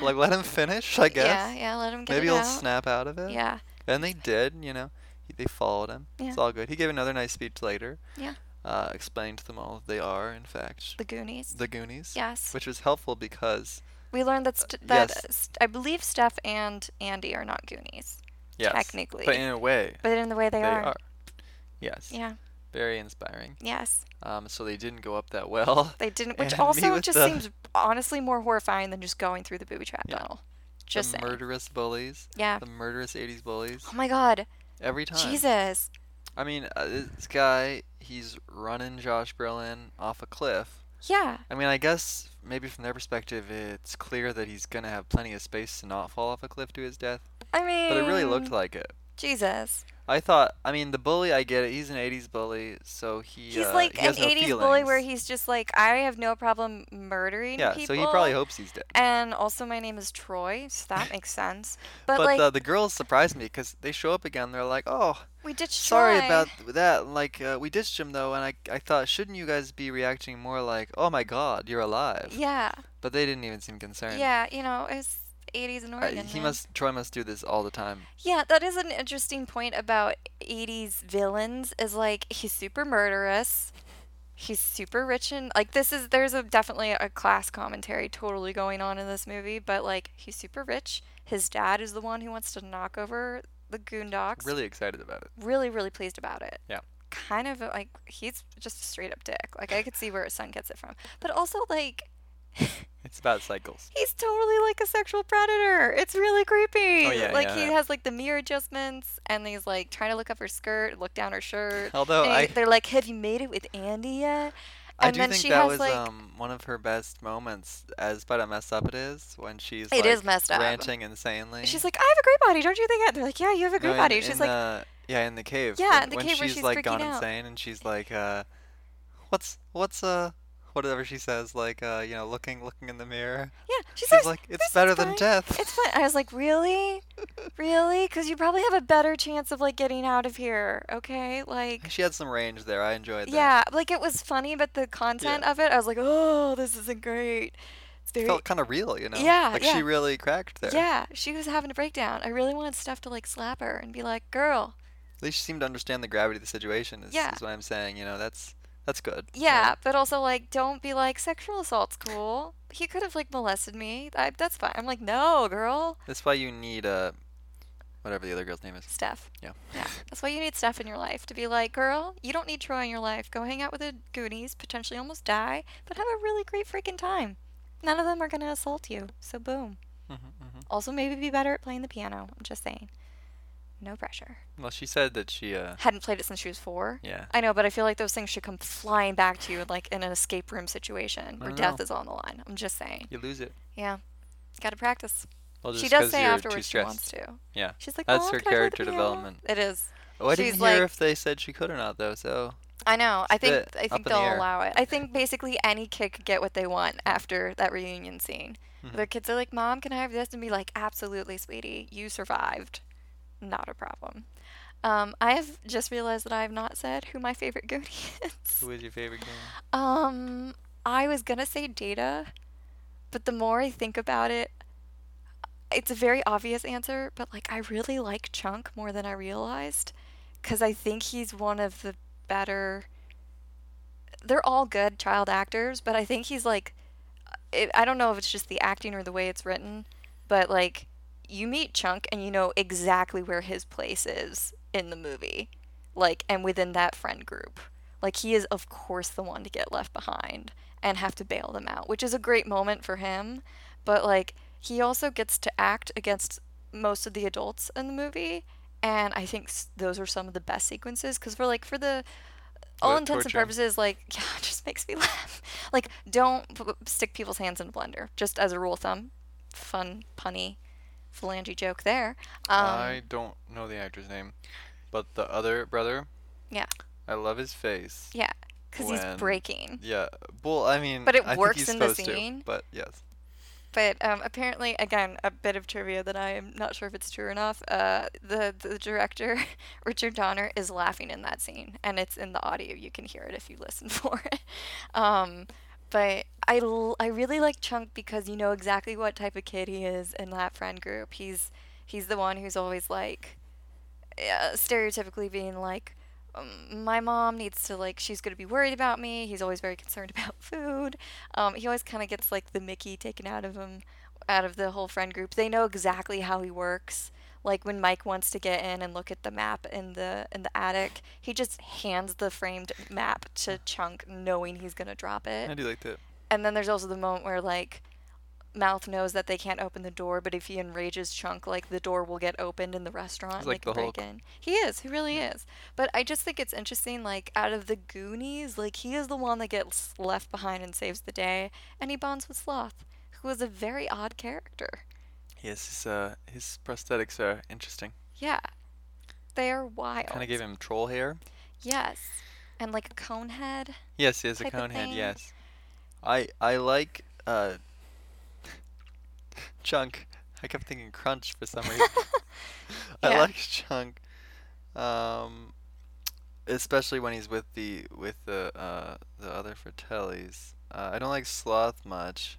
Like, let him finish, I guess. Yeah. Yeah. Let him get Maybe it he'll out. snap out of it. Yeah. And they did, you know. He, they followed him. It's Yeah. all good. He gave another nice speech later. Yeah. Uh, explained to them all that they are, in fact, The Goonies. the Goonies. yes. Which was helpful because We learned that st- that yes. uh, st- I believe Steph and Andy are not Goonies, yes, Technically. but in a way but in the way they, they are. are. Yes. Yeah. Very inspiring. Yes. Um, so they didn't go up that well. They didn't, which And me also with just the- seems honestly more horrifying than just going through the booby trap Yeah. tunnel. Just the saying. murderous bullies, Yeah. the murderous '80s bullies. Oh my God. Every time. Jesus. I mean, uh, this guy, he's running Josh Brolin off a cliff. Yeah. I mean, I guess maybe from their perspective, it's clear that he's gonna have plenty of space to not fall off a cliff to his death. I mean. But it really looked Mm. like it. Jesus. I thought. I mean, the bully. I get it. He's an '80s bully, so he. he's uh, like he an has no 80s bully where feelings. he's just like, I have no problem murdering Yeah, people. so he probably hopes he's dead. And also, my name is Troy, so that makes sense. But, But like, uh, the girls surprised me because they show up again. They're like, "Oh, we ditched Sorry Troy. about th- that. Like, uh, we ditched him though, and I, I thought, shouldn't you guys be reacting more like, oh my god, you're alive? Yeah. But they didn't even seem concerned. Yeah. You know, it's 80s in Uh, Oregon. he man. must, Troy must do this all the time. Yeah, that is an interesting point about 80s villains is like he's super murderous. He's super rich and like this is there's a definitely a class commentary totally going on in this movie, but like he's super rich. His dad is the one who wants to knock over the Goondocks. Really excited about it. really, really pleased about it. Yeah. Kind of like he's just a straight up dick. Like I could see where his son gets it from. But also like It's about cycles. He's totally like a sexual predator. It's really creepy. Oh, yeah, like yeah, he yeah. has like the mirror adjustments, and he's like trying to look up her skirt, look down her shirt. Although And Oh, I, they're like, "Have you made it with Andy yet?" I and do then think she that has, was like- um one of her best moments. As but a messed up it is when she's It like, is messed up. ranting insanely. She's like, "I have a great body, don't you think?" that?" They're like, "Yeah, you have a No, uh, great in- body." She's in like, the- yeah, in the cave. Yeah, when, in the when cave where she's she's like gone freaking out. insane, and she's like, uh, what's what's uh, whatever she says, like uh, you know, looking looking in the mirror. "Yeah." She She's says, like, "This it's is better than fine. death. It's fun. I was like, "Really, really?" Because you probably have a better chance of like getting out of here. Okay, like. She had some range there. I enjoyed that. Yeah, like it was funny, but the content of it, I was like, "Oh, this isn't great." It's It very felt kind of real, you know. Yeah, Like yeah. she really cracked there. Yeah, she was having a breakdown. I really wanted Steph to like slap her and be like, "Girl, At least she seemed to understand the gravity of the situation. Is, Yeah. is what I'm saying. You know, that's That's good. Yeah, but also like, don't be like sexual assault's cool. He could have like molested me. I, that's fine. I'm like, no, girl, That's why you need a whatever the other girl's name is. Steph. Yeah. Yeah, that's why you need Steph in your life to be like, girl, you don't need Troy in your life. Go hang out with the Goonies, potentially almost die, but have a really great freaking time. None of them are gonna assault you. So boom. Mhm, mhm. Also, maybe be better at playing the piano. I'm just saying. No pressure. Well, she said that she uh Hadn't played it since she was four. yeah. I know, but I feel like those things should come flying back to you, like in an escape room situation where don't death know. is on the line. I'm just saying. You lose it. Yeah, gotta practice. Well, She just does 'cause say you're too afterwards she wants stressed. to. Yeah. She's like, That's "Mom, can her I play the character piano?" development. It is. Oh, I didn't She's hear like- if they said she could or not though. So I know. I think bit I up in think the they'll air. allow it. I think basically any kid could get what they want after that reunion scene. mm-hmm. The kids are like, "Mom, can I have this?" and be like, "Absolutely, sweetie. You survived. Not a problem." Um, I have just realized that I have not said who my favorite Goody is. who is your favorite game? Um, I was gonna say Data, but the more I think about it, it's a very obvious answer, but like I really like Chunk more than I realized, because I think he's one of the better. They're all good child actors, but I think he's like, it, I don't know if it's just the acting or the way it's written, but like you meet Chunk and you know exactly where his place is in the movie, like and within that friend group. Like he is of course the one to get left behind and have to bail them out, which is a great moment for him, but like he also gets to act against most of the adults in the movie and I think s- those are some of the best sequences cuz for like for the all What, intents and torture? purposes like yeah, it just makes me laugh. Like don't p- p- stick people's hands in a blender just as a rule of thumb. Fun punny phalange joke there. Um, I don't know the actor's name, but the other brother. Yeah. I love his face. yeah, cuz he's when- breaking. Yeah. Well, I mean, But it I think works he's in the supposed to, scene. but yes. But um, apparently, again, a bit of trivia that I am not sure if it's true or not. Uh, the the director, Richard Donner, is laughing in that scene, and it's in the audio. You can hear it if you listen for it. Um, but I, l- I really like Chunk because you know exactly what type of kid he is in that friend group. He's he's the one who's always like, uh, stereotypically being like, um, my mom needs to like she's gonna be worried about me. He's always very concerned about food. Um, he always kind of gets like the Mickey taken out of him, out of the whole friend group. They know exactly how he works. Like when Mike wants to get in and look at the map in the in the attic, he just hands the framed map to Chunk, knowing he's gonna drop it. I do like that. And then there's also the moment where like Mouth knows that they can't open the door, but if he enrages Chunk, like the door will get opened in the restaurant. He's and they like can the break Hulk. in. He is. He really is. But I just think it's interesting. Like out of the Goonies, like he is the one that gets left behind and saves the day, and he bonds with Sloth, who is a very odd character. Yes, his uh, his prosthetics are interesting. Yeah, they are wild. Kind of gave him troll hair. Yes, and like a cone head. Yes, he has a type of cone head. thing. Yes, I I like uh, chunk. I kept thinking crunch for some reason. I Yeah. like chunk, um, especially when he's with the with the uh, the other Fratellis. Uh, I don't like sloth much,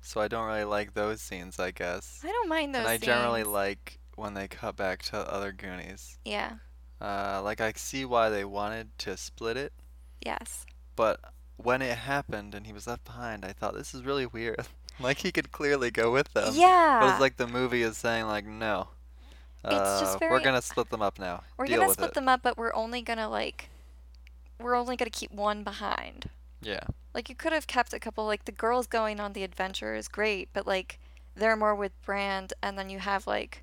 so I don't really like those scenes. I guess, I don't mind those. and I generally scenes. like when they cut back to other Goonies. Yeah. Uh, like I see why they wanted to split it Yes. but when it happened and he was left behind, I thought this is really weird. like he could clearly go with them. yeah. Um, But it's like the movie is saying like no. It's just uh, We're very- gonna split them up now. We're Deal gonna with split it. them up, but we're only gonna like, we're only gonna keep one behind. Yeah. Like you could have kept a couple. Like the girls going on the adventure is great, but like they're more with Brand, and then you have like,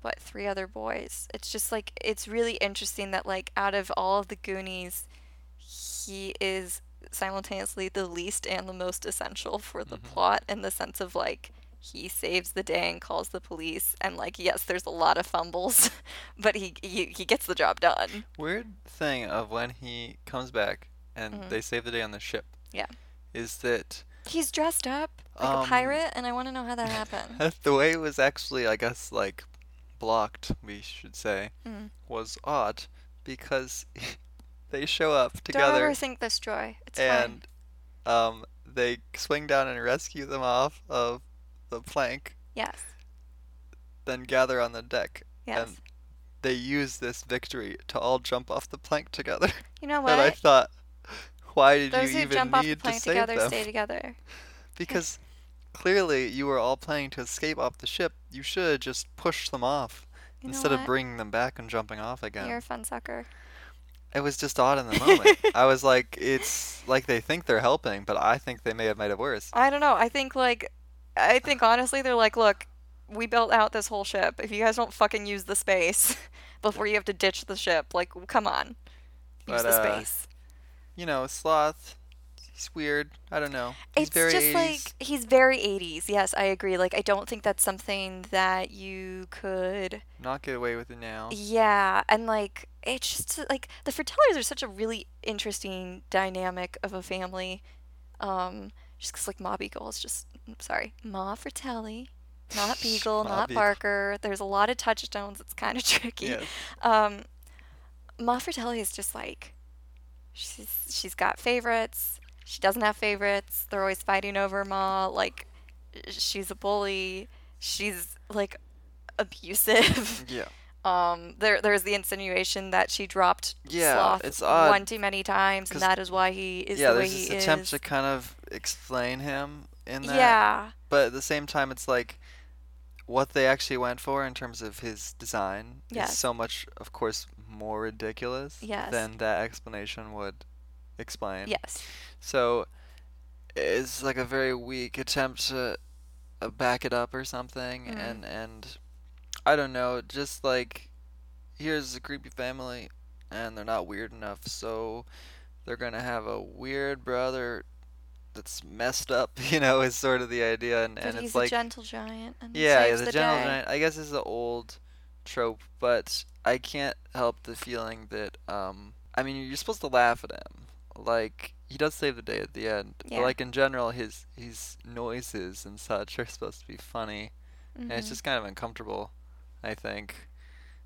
what three other boys? It's just like it's really interesting that like out of all of the Goonies, he is simultaneously the least and the most essential for the plot in the sense of like he saves the day and calls the police and like yes there's a lot of fumbles but he he, he gets the job done Weird thing of when he comes back and they save the day on the ship. Mm-hmm. Yeah. Is that he's dressed up like Um, a pirate and i want to know how that happened the way it was actually I guess like blocked we should say Mm. was odd because they show up don't together. overthink this joy it's fine and um, they swing down and rescue them off of the plank, yes then gather on the deck. yes And they use this victory to all jump off the plank together. you know And I what thought, Why did Those you who even jump need off the to plane save together them? stay together. Because clearly you were all planning to escape off the ship. You should have just pushed them off You know instead of what? bringing them back and jumping off again. You're a fun sucker. It was just odd in the moment. I was like, it's like they think they're helping, but I think they may have made it worse. I don't know. I think like, I think honestly, they're like, look, we built out this whole ship. If you guys don't fucking use the space before you have to ditch the ship, like, come on, use But, the uh, space. You know, Sloth, he's weird. I don't know. He's it's very just 80s. like he's very 80s. Yes, I agree. Like, I don't think that's something that you could. Not get away with it now. Yeah, and like it's just like the Fratellis are such a really interesting dynamic of a family. Um, just 'cause like Ma Beagle is just I'm sorry, Ma Fratelli, not Beagle, Ma not Beagle. Barker. There's a lot of touchstones. It's kind of tricky. Yes. Um, Ma Fratelli is just like she's she's got favorites. She doesn't have favorites. They're always fighting over Ma. Like she's a bully. She's like abusive. Yeah. Um, there, there's the insinuation that she dropped Yeah, Sloth it's odd, one too many times, 'cause- and that is why he is yeah, the way there's he this is. attempt to kind of explain him in that. yeah, But at the same time, it's like what they actually went for in terms of his design Yes. is so much, of course, more ridiculous Yes. than that explanation would explain. yes, So it's like a very weak attempt to uh, back it up or something, Mm. and and I don't know, just like here's a creepy family, and they're not weird enough, so they're gonna have a weird brother that's messed up, you know, is sort of the idea, and but and he's it's a like gentle giant, and he yeah, yeah, saves the, the general day. giant. I guess is the old trope, but I can't help the feeling that um, I mean, you're supposed to laugh at him. Like he does save the day at the end. but, Yeah. like in general, his his noises and such are supposed to be funny, and it's Mhm. just kind of uncomfortable. I think.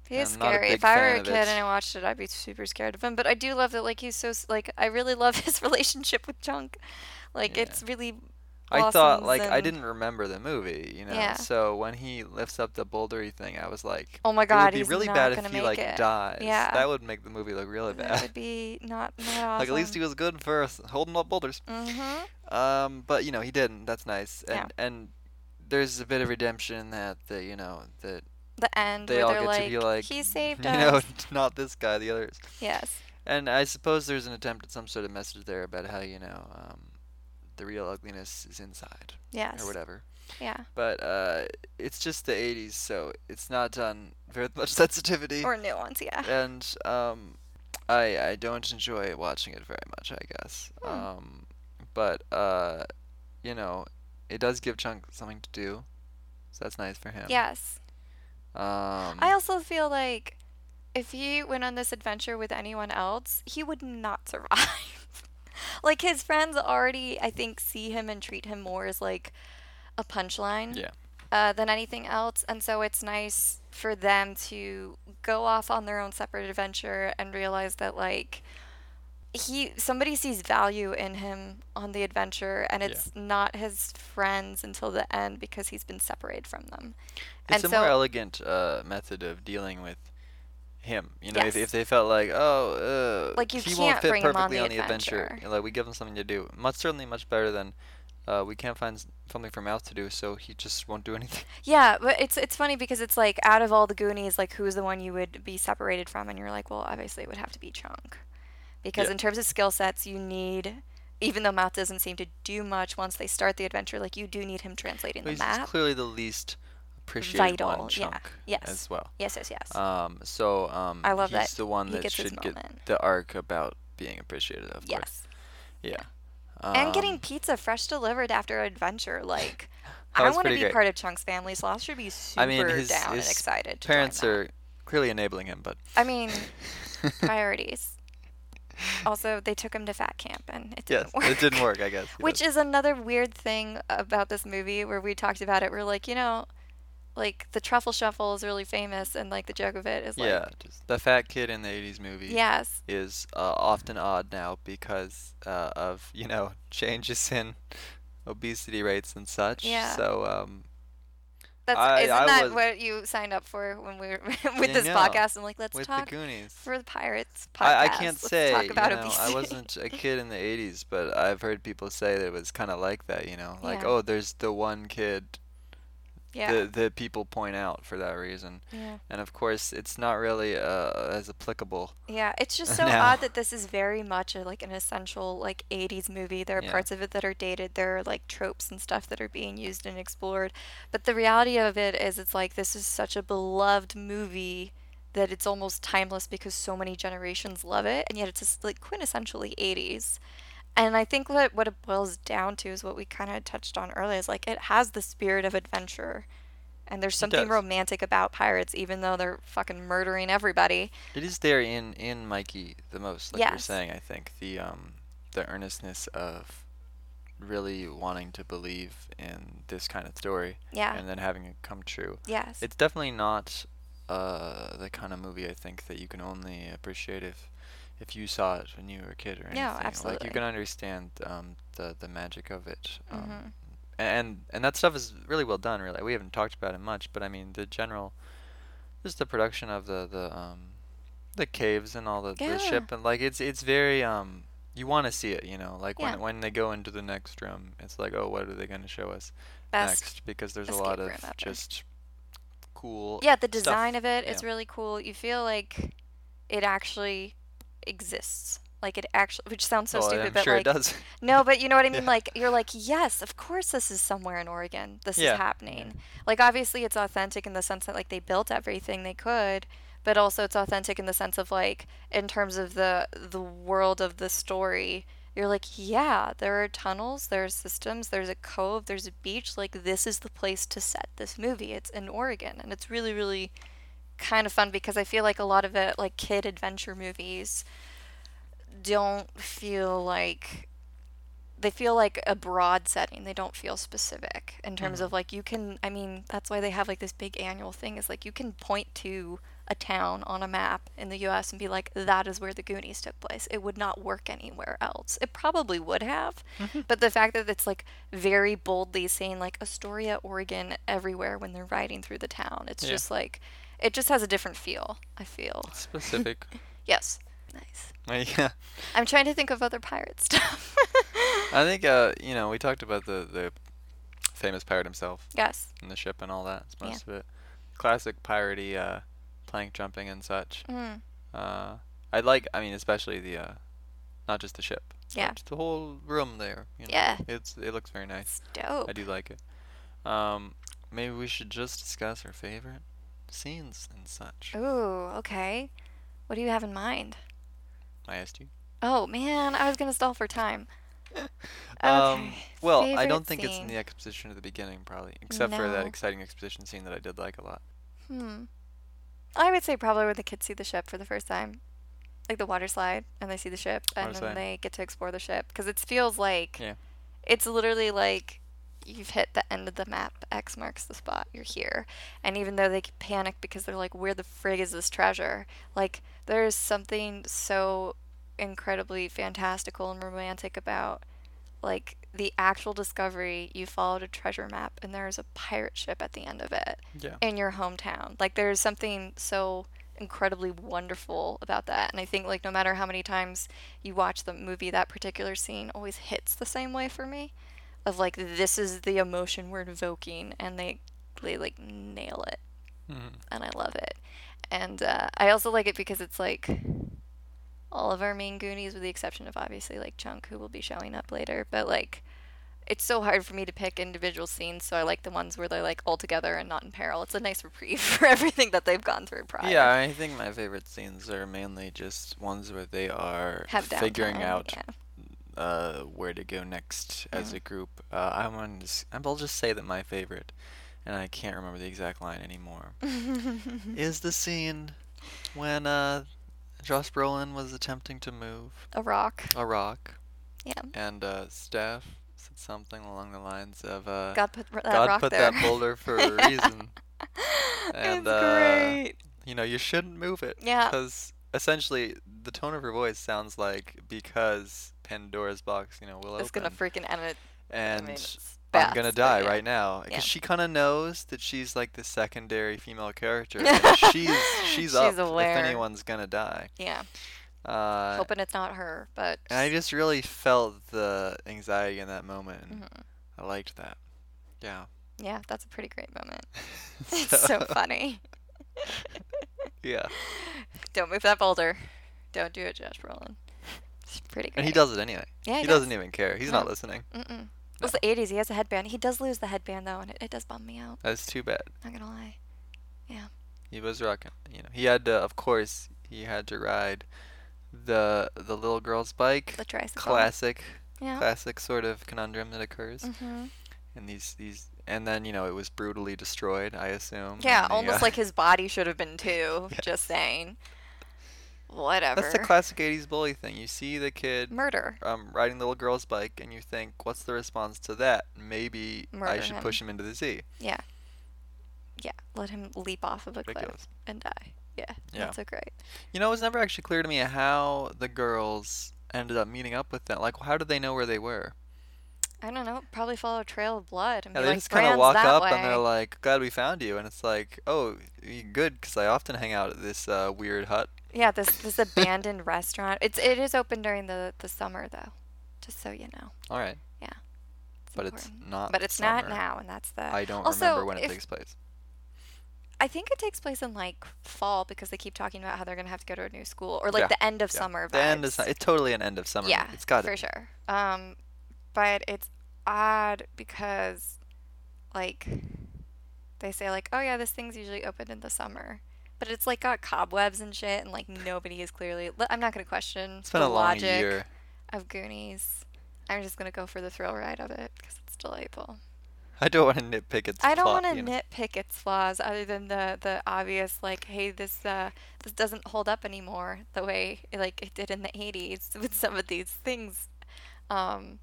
He is I'm not a scary. big If I were fan a of kid it. and I watched it, I'd be super scared of him. But I do love that, like he's so s- like I really love his relationship with Chunk. Like Yeah. it's really. I thought blossoms like I and- didn't remember the movie, you know. Yeah. So when he lifts up the bouldery thing, I was like, Oh my it God, would be he's really not bad if gonna he make like it. dies. Yeah. That would make the movie look really That bad. would be not not awesome. Like at least he was good first, holding up boulders. Mm-hmm. Um, but you know he didn't. That's nice. Yeah. And and there's a bit of redemption in that that you know that The end they where all they're get like, to be like he saved you us. know not this guy the others. Yes. And I suppose there's an attempt at some sort of message there about how you know um, the real ugliness is inside Yes. or whatever. Yeah. But uh, it's just the 80s, so it's not done with much sensitivity. Or nuance, yeah. and um, I I don't enjoy watching it very much, I guess. Hmm. Um, but uh, you know, it does give Chunk something to do, so that's nice for him. Yes. Um, I also feel like if he went on this adventure with anyone else, he would not survive. like his friends already, I think, see him and treat him more as like a punchline yeah, uh, than anything else. And so it's nice for them to go off on their own separate adventure and realize that, like, he somebody sees value in him on the adventure and Yeah. it's not his friends until the end because he's been separated from them. and it's a more so- elegant uh, method of dealing with him. You know, if, Yes. if they felt like, oh, uh, Like, you he won't can't fit bring him on perfectly the on the adventure, adventure. you know, like we give him something to do. Much certainly much better than. Uh, we can't find s- something for Mouth to do, so he just won't do anything. Yeah, but it's it's funny because it's like out of all the Goonies, like who's the one you would be separated from, and you're like, well, obviously it would have to be Chunk, because Yeah. in terms of skill sets, you need, even though Mouth doesn't seem to do much once they start the adventure, like you do need him translating But the he's map. clearly the least appreciated Vital, one yeah, chunk yes. as well. Yes, yes, yes. Um, so um, I love he's that the one he that gets his should get moment. the arc about being appreciated, of course. yes, Yeah. and getting Um, pizza fresh delivered after adventure, like I That was want to pretty be great. part of Chunk's family. Sloth should be super I mean, his, down his and excited. to join parents that. are clearly enabling him, but I mean, priorities. Also, they took him to fat camp, and it yes, didn't work. it didn't work, I guess. Which is another weird thing about this movie where we talked about it. We're like, you know, like the truffle shuffle is really famous, and like the joke of it is like, yeah, just the fat kid in the '80s movie. yes, Is uh, often odd now because uh, of you know changes in obesity rates and such. Yeah. So um, That's I- isn't I that was- what you signed up for when we were with Yeah, this yeah. podcast? I'm like, let's with talk the Goonies. for the pirates podcast. I, I can't let's say. Talk about you know, I obesity. wasn't a kid in the '80s, but I've heard people say that it was kind of like that. You know, like Yeah. oh, there's the one kid yeah. that, that people point out for that reason, yeah. and of course, it's not really uh, as applicable. Yeah, it's just so No. odd that this is very much a, like an essential like 80s movie. There are Yeah. parts of it that are dated. There are like tropes and stuff that are being used and explored. But the reality of it is it's like this is such a beloved movie that it's almost timeless because so many generations love it and yet it's just like quintessentially 80s. And I think what what it boils down to is what we kind of touched on earlier is like it has the spirit of adventure. And there's something does. romantic about pirates even though they're fucking murdering everybody. It is there in in Mikey the most, like you're Yes. saying. I think the um the earnestness of really wanting to believe in this kind of story, Yeah. and then having it come true. Yes. It's definitely not uh, the kind of movie I think that you can only appreciate if if you saw it when you were a kid or anything. No, Like absolutely. you can understand um, the the magic of it. Um, Mhm. And and that stuff is really well done. Really, we haven't talked about it much, but I mean the general, just the production of the the um, the caves and all the, the ship and like it's it's very um you want to see it you know like Yeah. when when they go into the next room it's like oh what are they going to show us Best next because there's a escape lot of room ever. just cool yeah the stuff. design of it is Yeah. really cool you feel like it actually exists like it actually which sounds so Well, stupid I'm but sure like it does. no but you know what i mean Yeah. like you're like yes of course this is somewhere in oregon this Yeah. is happening like obviously it's authentic in the sense that like they built everything they could but also it's authentic in the sense of like in terms of the the world of the story you're like yeah there are tunnels there are systems there's a cove there's a beach like this is the place to set this movie it's in oregon and it's really really kind of fun because i feel like a lot of it like kid adventure movies don't feel like they feel like a broad setting. They don't feel specific in terms of like you can. I mean, that's why they have like this big annual thing. Is like you can point to a town on a map in the U.S. and be like, that is where the Goonies took place. It would not work anywhere else. It probably would have, but the fact that it's like very boldly saying like Astoria, Oregon, everywhere when they're riding through the town, it's Yeah. just like it just has a different feel. I feel Specific. yes, nice. yeah. I'm trying to think of other pirate stuff. I think uh you know, we talked about the the famous pirate himself yes. and the ship and all that. It's Yeah. most of it. Classic piratey uh plank jumping and such. Mm, Uh I like I mean especially the uh not just the ship. but Yeah. Just the whole room there, you know. Yeah. It's it looks very nice. it's dope. I do like it. Um maybe we should just discuss our favorite scenes and such. Ooh, okay. What do you have in mind? I asked you. Oh man, I was gonna stall for time. Okay. Um, well, I favorite don't think it's in scene. the exposition at the beginning, probably, except for that No. exciting exposition scene that I did like a lot. Hmm. I would say probably when the kids see the ship for the first time, like the water slide, and they see the ship, and Water then slide. they get to explore the ship because it feels like Yeah. it's literally like you've hit the end of the map. X marks the spot. You're here, and even though they panic because they're like, "Where the frig is this treasure?" Like there is something so incredibly fantastical and romantic about like the actual discovery you followed a treasure map and there's a pirate ship at the end of it Yeah. in your hometown. Like there's something so incredibly wonderful about that. And I think like no matter how many times you watch the movie, that particular scene always hits the same way for me. Of like this is the emotion we're evoking and they they like nail it. Mm-hmm. And I love it. And uh, I also like it because it's like all of our main Goonies, with the exception of obviously like Chunk, who will be showing up later, but like it's so hard for me to pick individual scenes, so I like the ones where they're like all together and not in peril. It's a nice reprieve for everything that they've gone through prior. Yeah, I think my favorite scenes are mainly just ones where they are have downtime. figuring out Yeah. uh, where to go next as a group. Uh, I want to. s- I'll just say that my favorite, and I can't remember the exact line anymore, is the scene when uh, Josh Brolin was attempting to move A rock. a rock, Yeah. and uh, Steph said something along the lines of. Uh, God put that God rock put there. that boulder for a reason. and it's uh, great. you know, you shouldn't move it. Yeah. Because essentially, the tone of her voice sounds like because Pandora's box, you know, will It's open. gonna freaking end it. and I mean, it's Beth. I'm gonna die yeah. right now because Yeah. she kind of knows that she's like the secondary female character. and she's she's She's up aware. if anyone's gonna die. Yeah, Uh, hoping it's not her, but and I just really felt the anxiety in that moment. and Mhm. I liked that. Yeah. yeah, that's a pretty great moment. It's so funny. yeah. Don't move that boulder. Don't do it, Josh Brolin. It's pretty great. And he does it anyway. Yeah, he he does. doesn't even care. He's not No. listening. Mm-mm. It was the 80s. He has a headband. He does lose the headband though, and it, it does bum me out. That's too bad. Not gonna lie. Yeah. He was rocking. You know, he had to. Of course, he had to ride the the little girl's bike. The tricycle. Classic, Yeah. classic sort of conundrum that occurs. hmm And these these, and then you know it was brutally destroyed. I assume. Yeah, and he, almost uh, like his body should have been too. Just saying. Whatever. That's the classic '80s bully thing. You see the kid Murder. um, riding the little girl's bike, and you think, "What's the response to that? Maybe I Murder should him. push him into the sea." Yeah. Yeah. Let him leap off of a cliff Ridiculous. and die. Yeah. Yeah. That's so great. You know, it was never actually clear to me how the girls ended up meeting up with them. Like, how did they know where they were? I don't know. Probably follow a trail of blood and Yeah, be they like, just kind of "Brands walk that up way. and they're like, "Glad we found you," and it's like, "Oh, y- good," because I often hang out at this uh, weird hut. Yeah, this this abandoned restaurant. It's it is open during the the summer though, just so you know. All right, It's but it's important. not. but it's not summer. now, and that's the. I don't Also, remember when it if- takes place. I think it takes place in like fall because they keep talking about how they're gonna have to go to a new school or like Yeah, the end of yeah. summer. The end of vibes. summer. It's totally an end of summer. Yeah, it's got for it. sure. Um, but it's odd because, like, they say like, oh yeah, this thing's usually open in the summer, but it's like got cobwebs and shit, and like nobody is clearly. li- I'm not gonna question It's been the a long logic year. of Goonies. I'm just gonna go for the thrill ride of it because it's delightful. I don't want to nitpick its I don't plot, want to you know. nitpick its flaws other than the the obvious like hey this uh this doesn't hold up anymore the way like it did in the 80s with some of these things um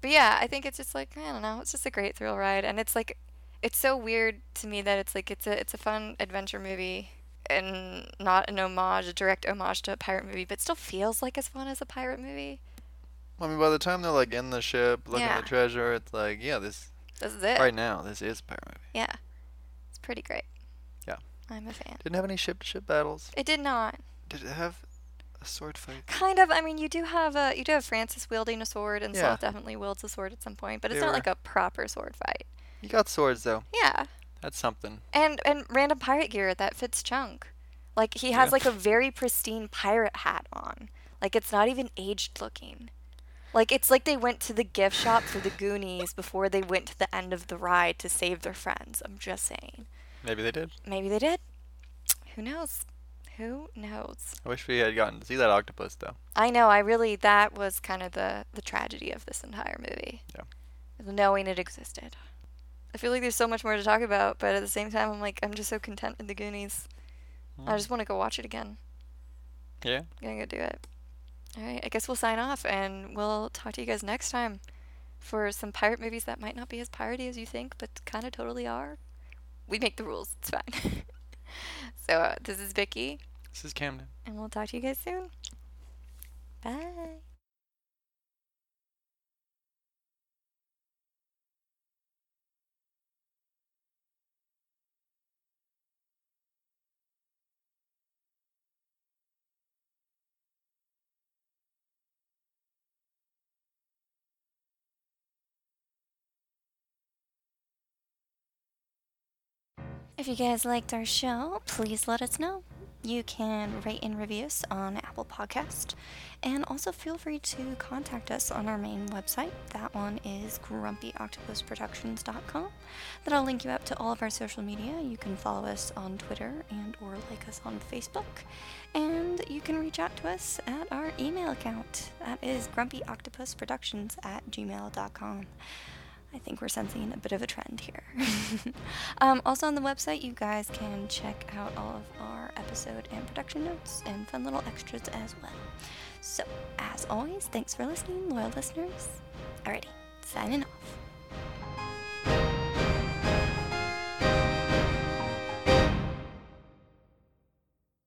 but yeah I think it's just like I don't know it's just a great thrill ride and it's like it's so weird to me that it's like it's a it's a fun adventure movie and not an homage a direct homage to a pirate movie but still feels like as fun as a pirate movie I mean, by the time they're like in the ship looking Yeah. at the treasure, it's like, yeah, this this is it right now, this is a pirate movie. yeah it's pretty great Yeah. I'm a fan Didn't have any ship to ship battles. it did not Did it have a sword fight? Kind of. I mean, you do have a you do have Francis wielding a sword, and Yeah. Sloth definitely wields a sword at some point, but it's They not were- like a proper sword fight. You got swords though. Yeah, That's something. and and random pirate gear that fits Chunk. Like he has Yeah. like a very pristine pirate hat on. Like it's not even aged looking. Like it's like they went to the gift shop for the Goonies before they went to the end of the ride to save their friends. I'm just saying. Maybe they did. Maybe they did. Who knows? Who knows? I wish we had gotten to see that octopus though. I know. I really that was kind of the the tragedy of this entire movie. Yeah. Knowing it existed. I feel like there's so much more to talk about, but at the same time, I'm like, I'm just so content with the Goonies. Mm. I just want to go watch it again. Yeah. I'm gonna go do it. All right. I guess we'll sign off, and we'll talk to you guys next time for some pirate movies that might not be as piratey as you think, but kind of totally are. We make the rules. It's fine. so uh, this is Vicky, This is Camden. and we'll talk to you guys soon. Bye. If you guys liked our show, please let us know. You can rate and review us on Apple Podcast, and also feel free to contact us on our main website. That one is grumpyoctopusproductions.com. That'll link you up to all of our social media. You can follow us on Twitter and or like us on Facebook, and you can reach out to us at our email account. That is grumpyoctopusproductions at gmail.com. I think we're sensing a bit of a trend here. um, also, on the website, you guys can check out all of our episode and production notes and fun little extras as well. So, as always, thanks for listening, loyal listeners. Alrighty, signing off.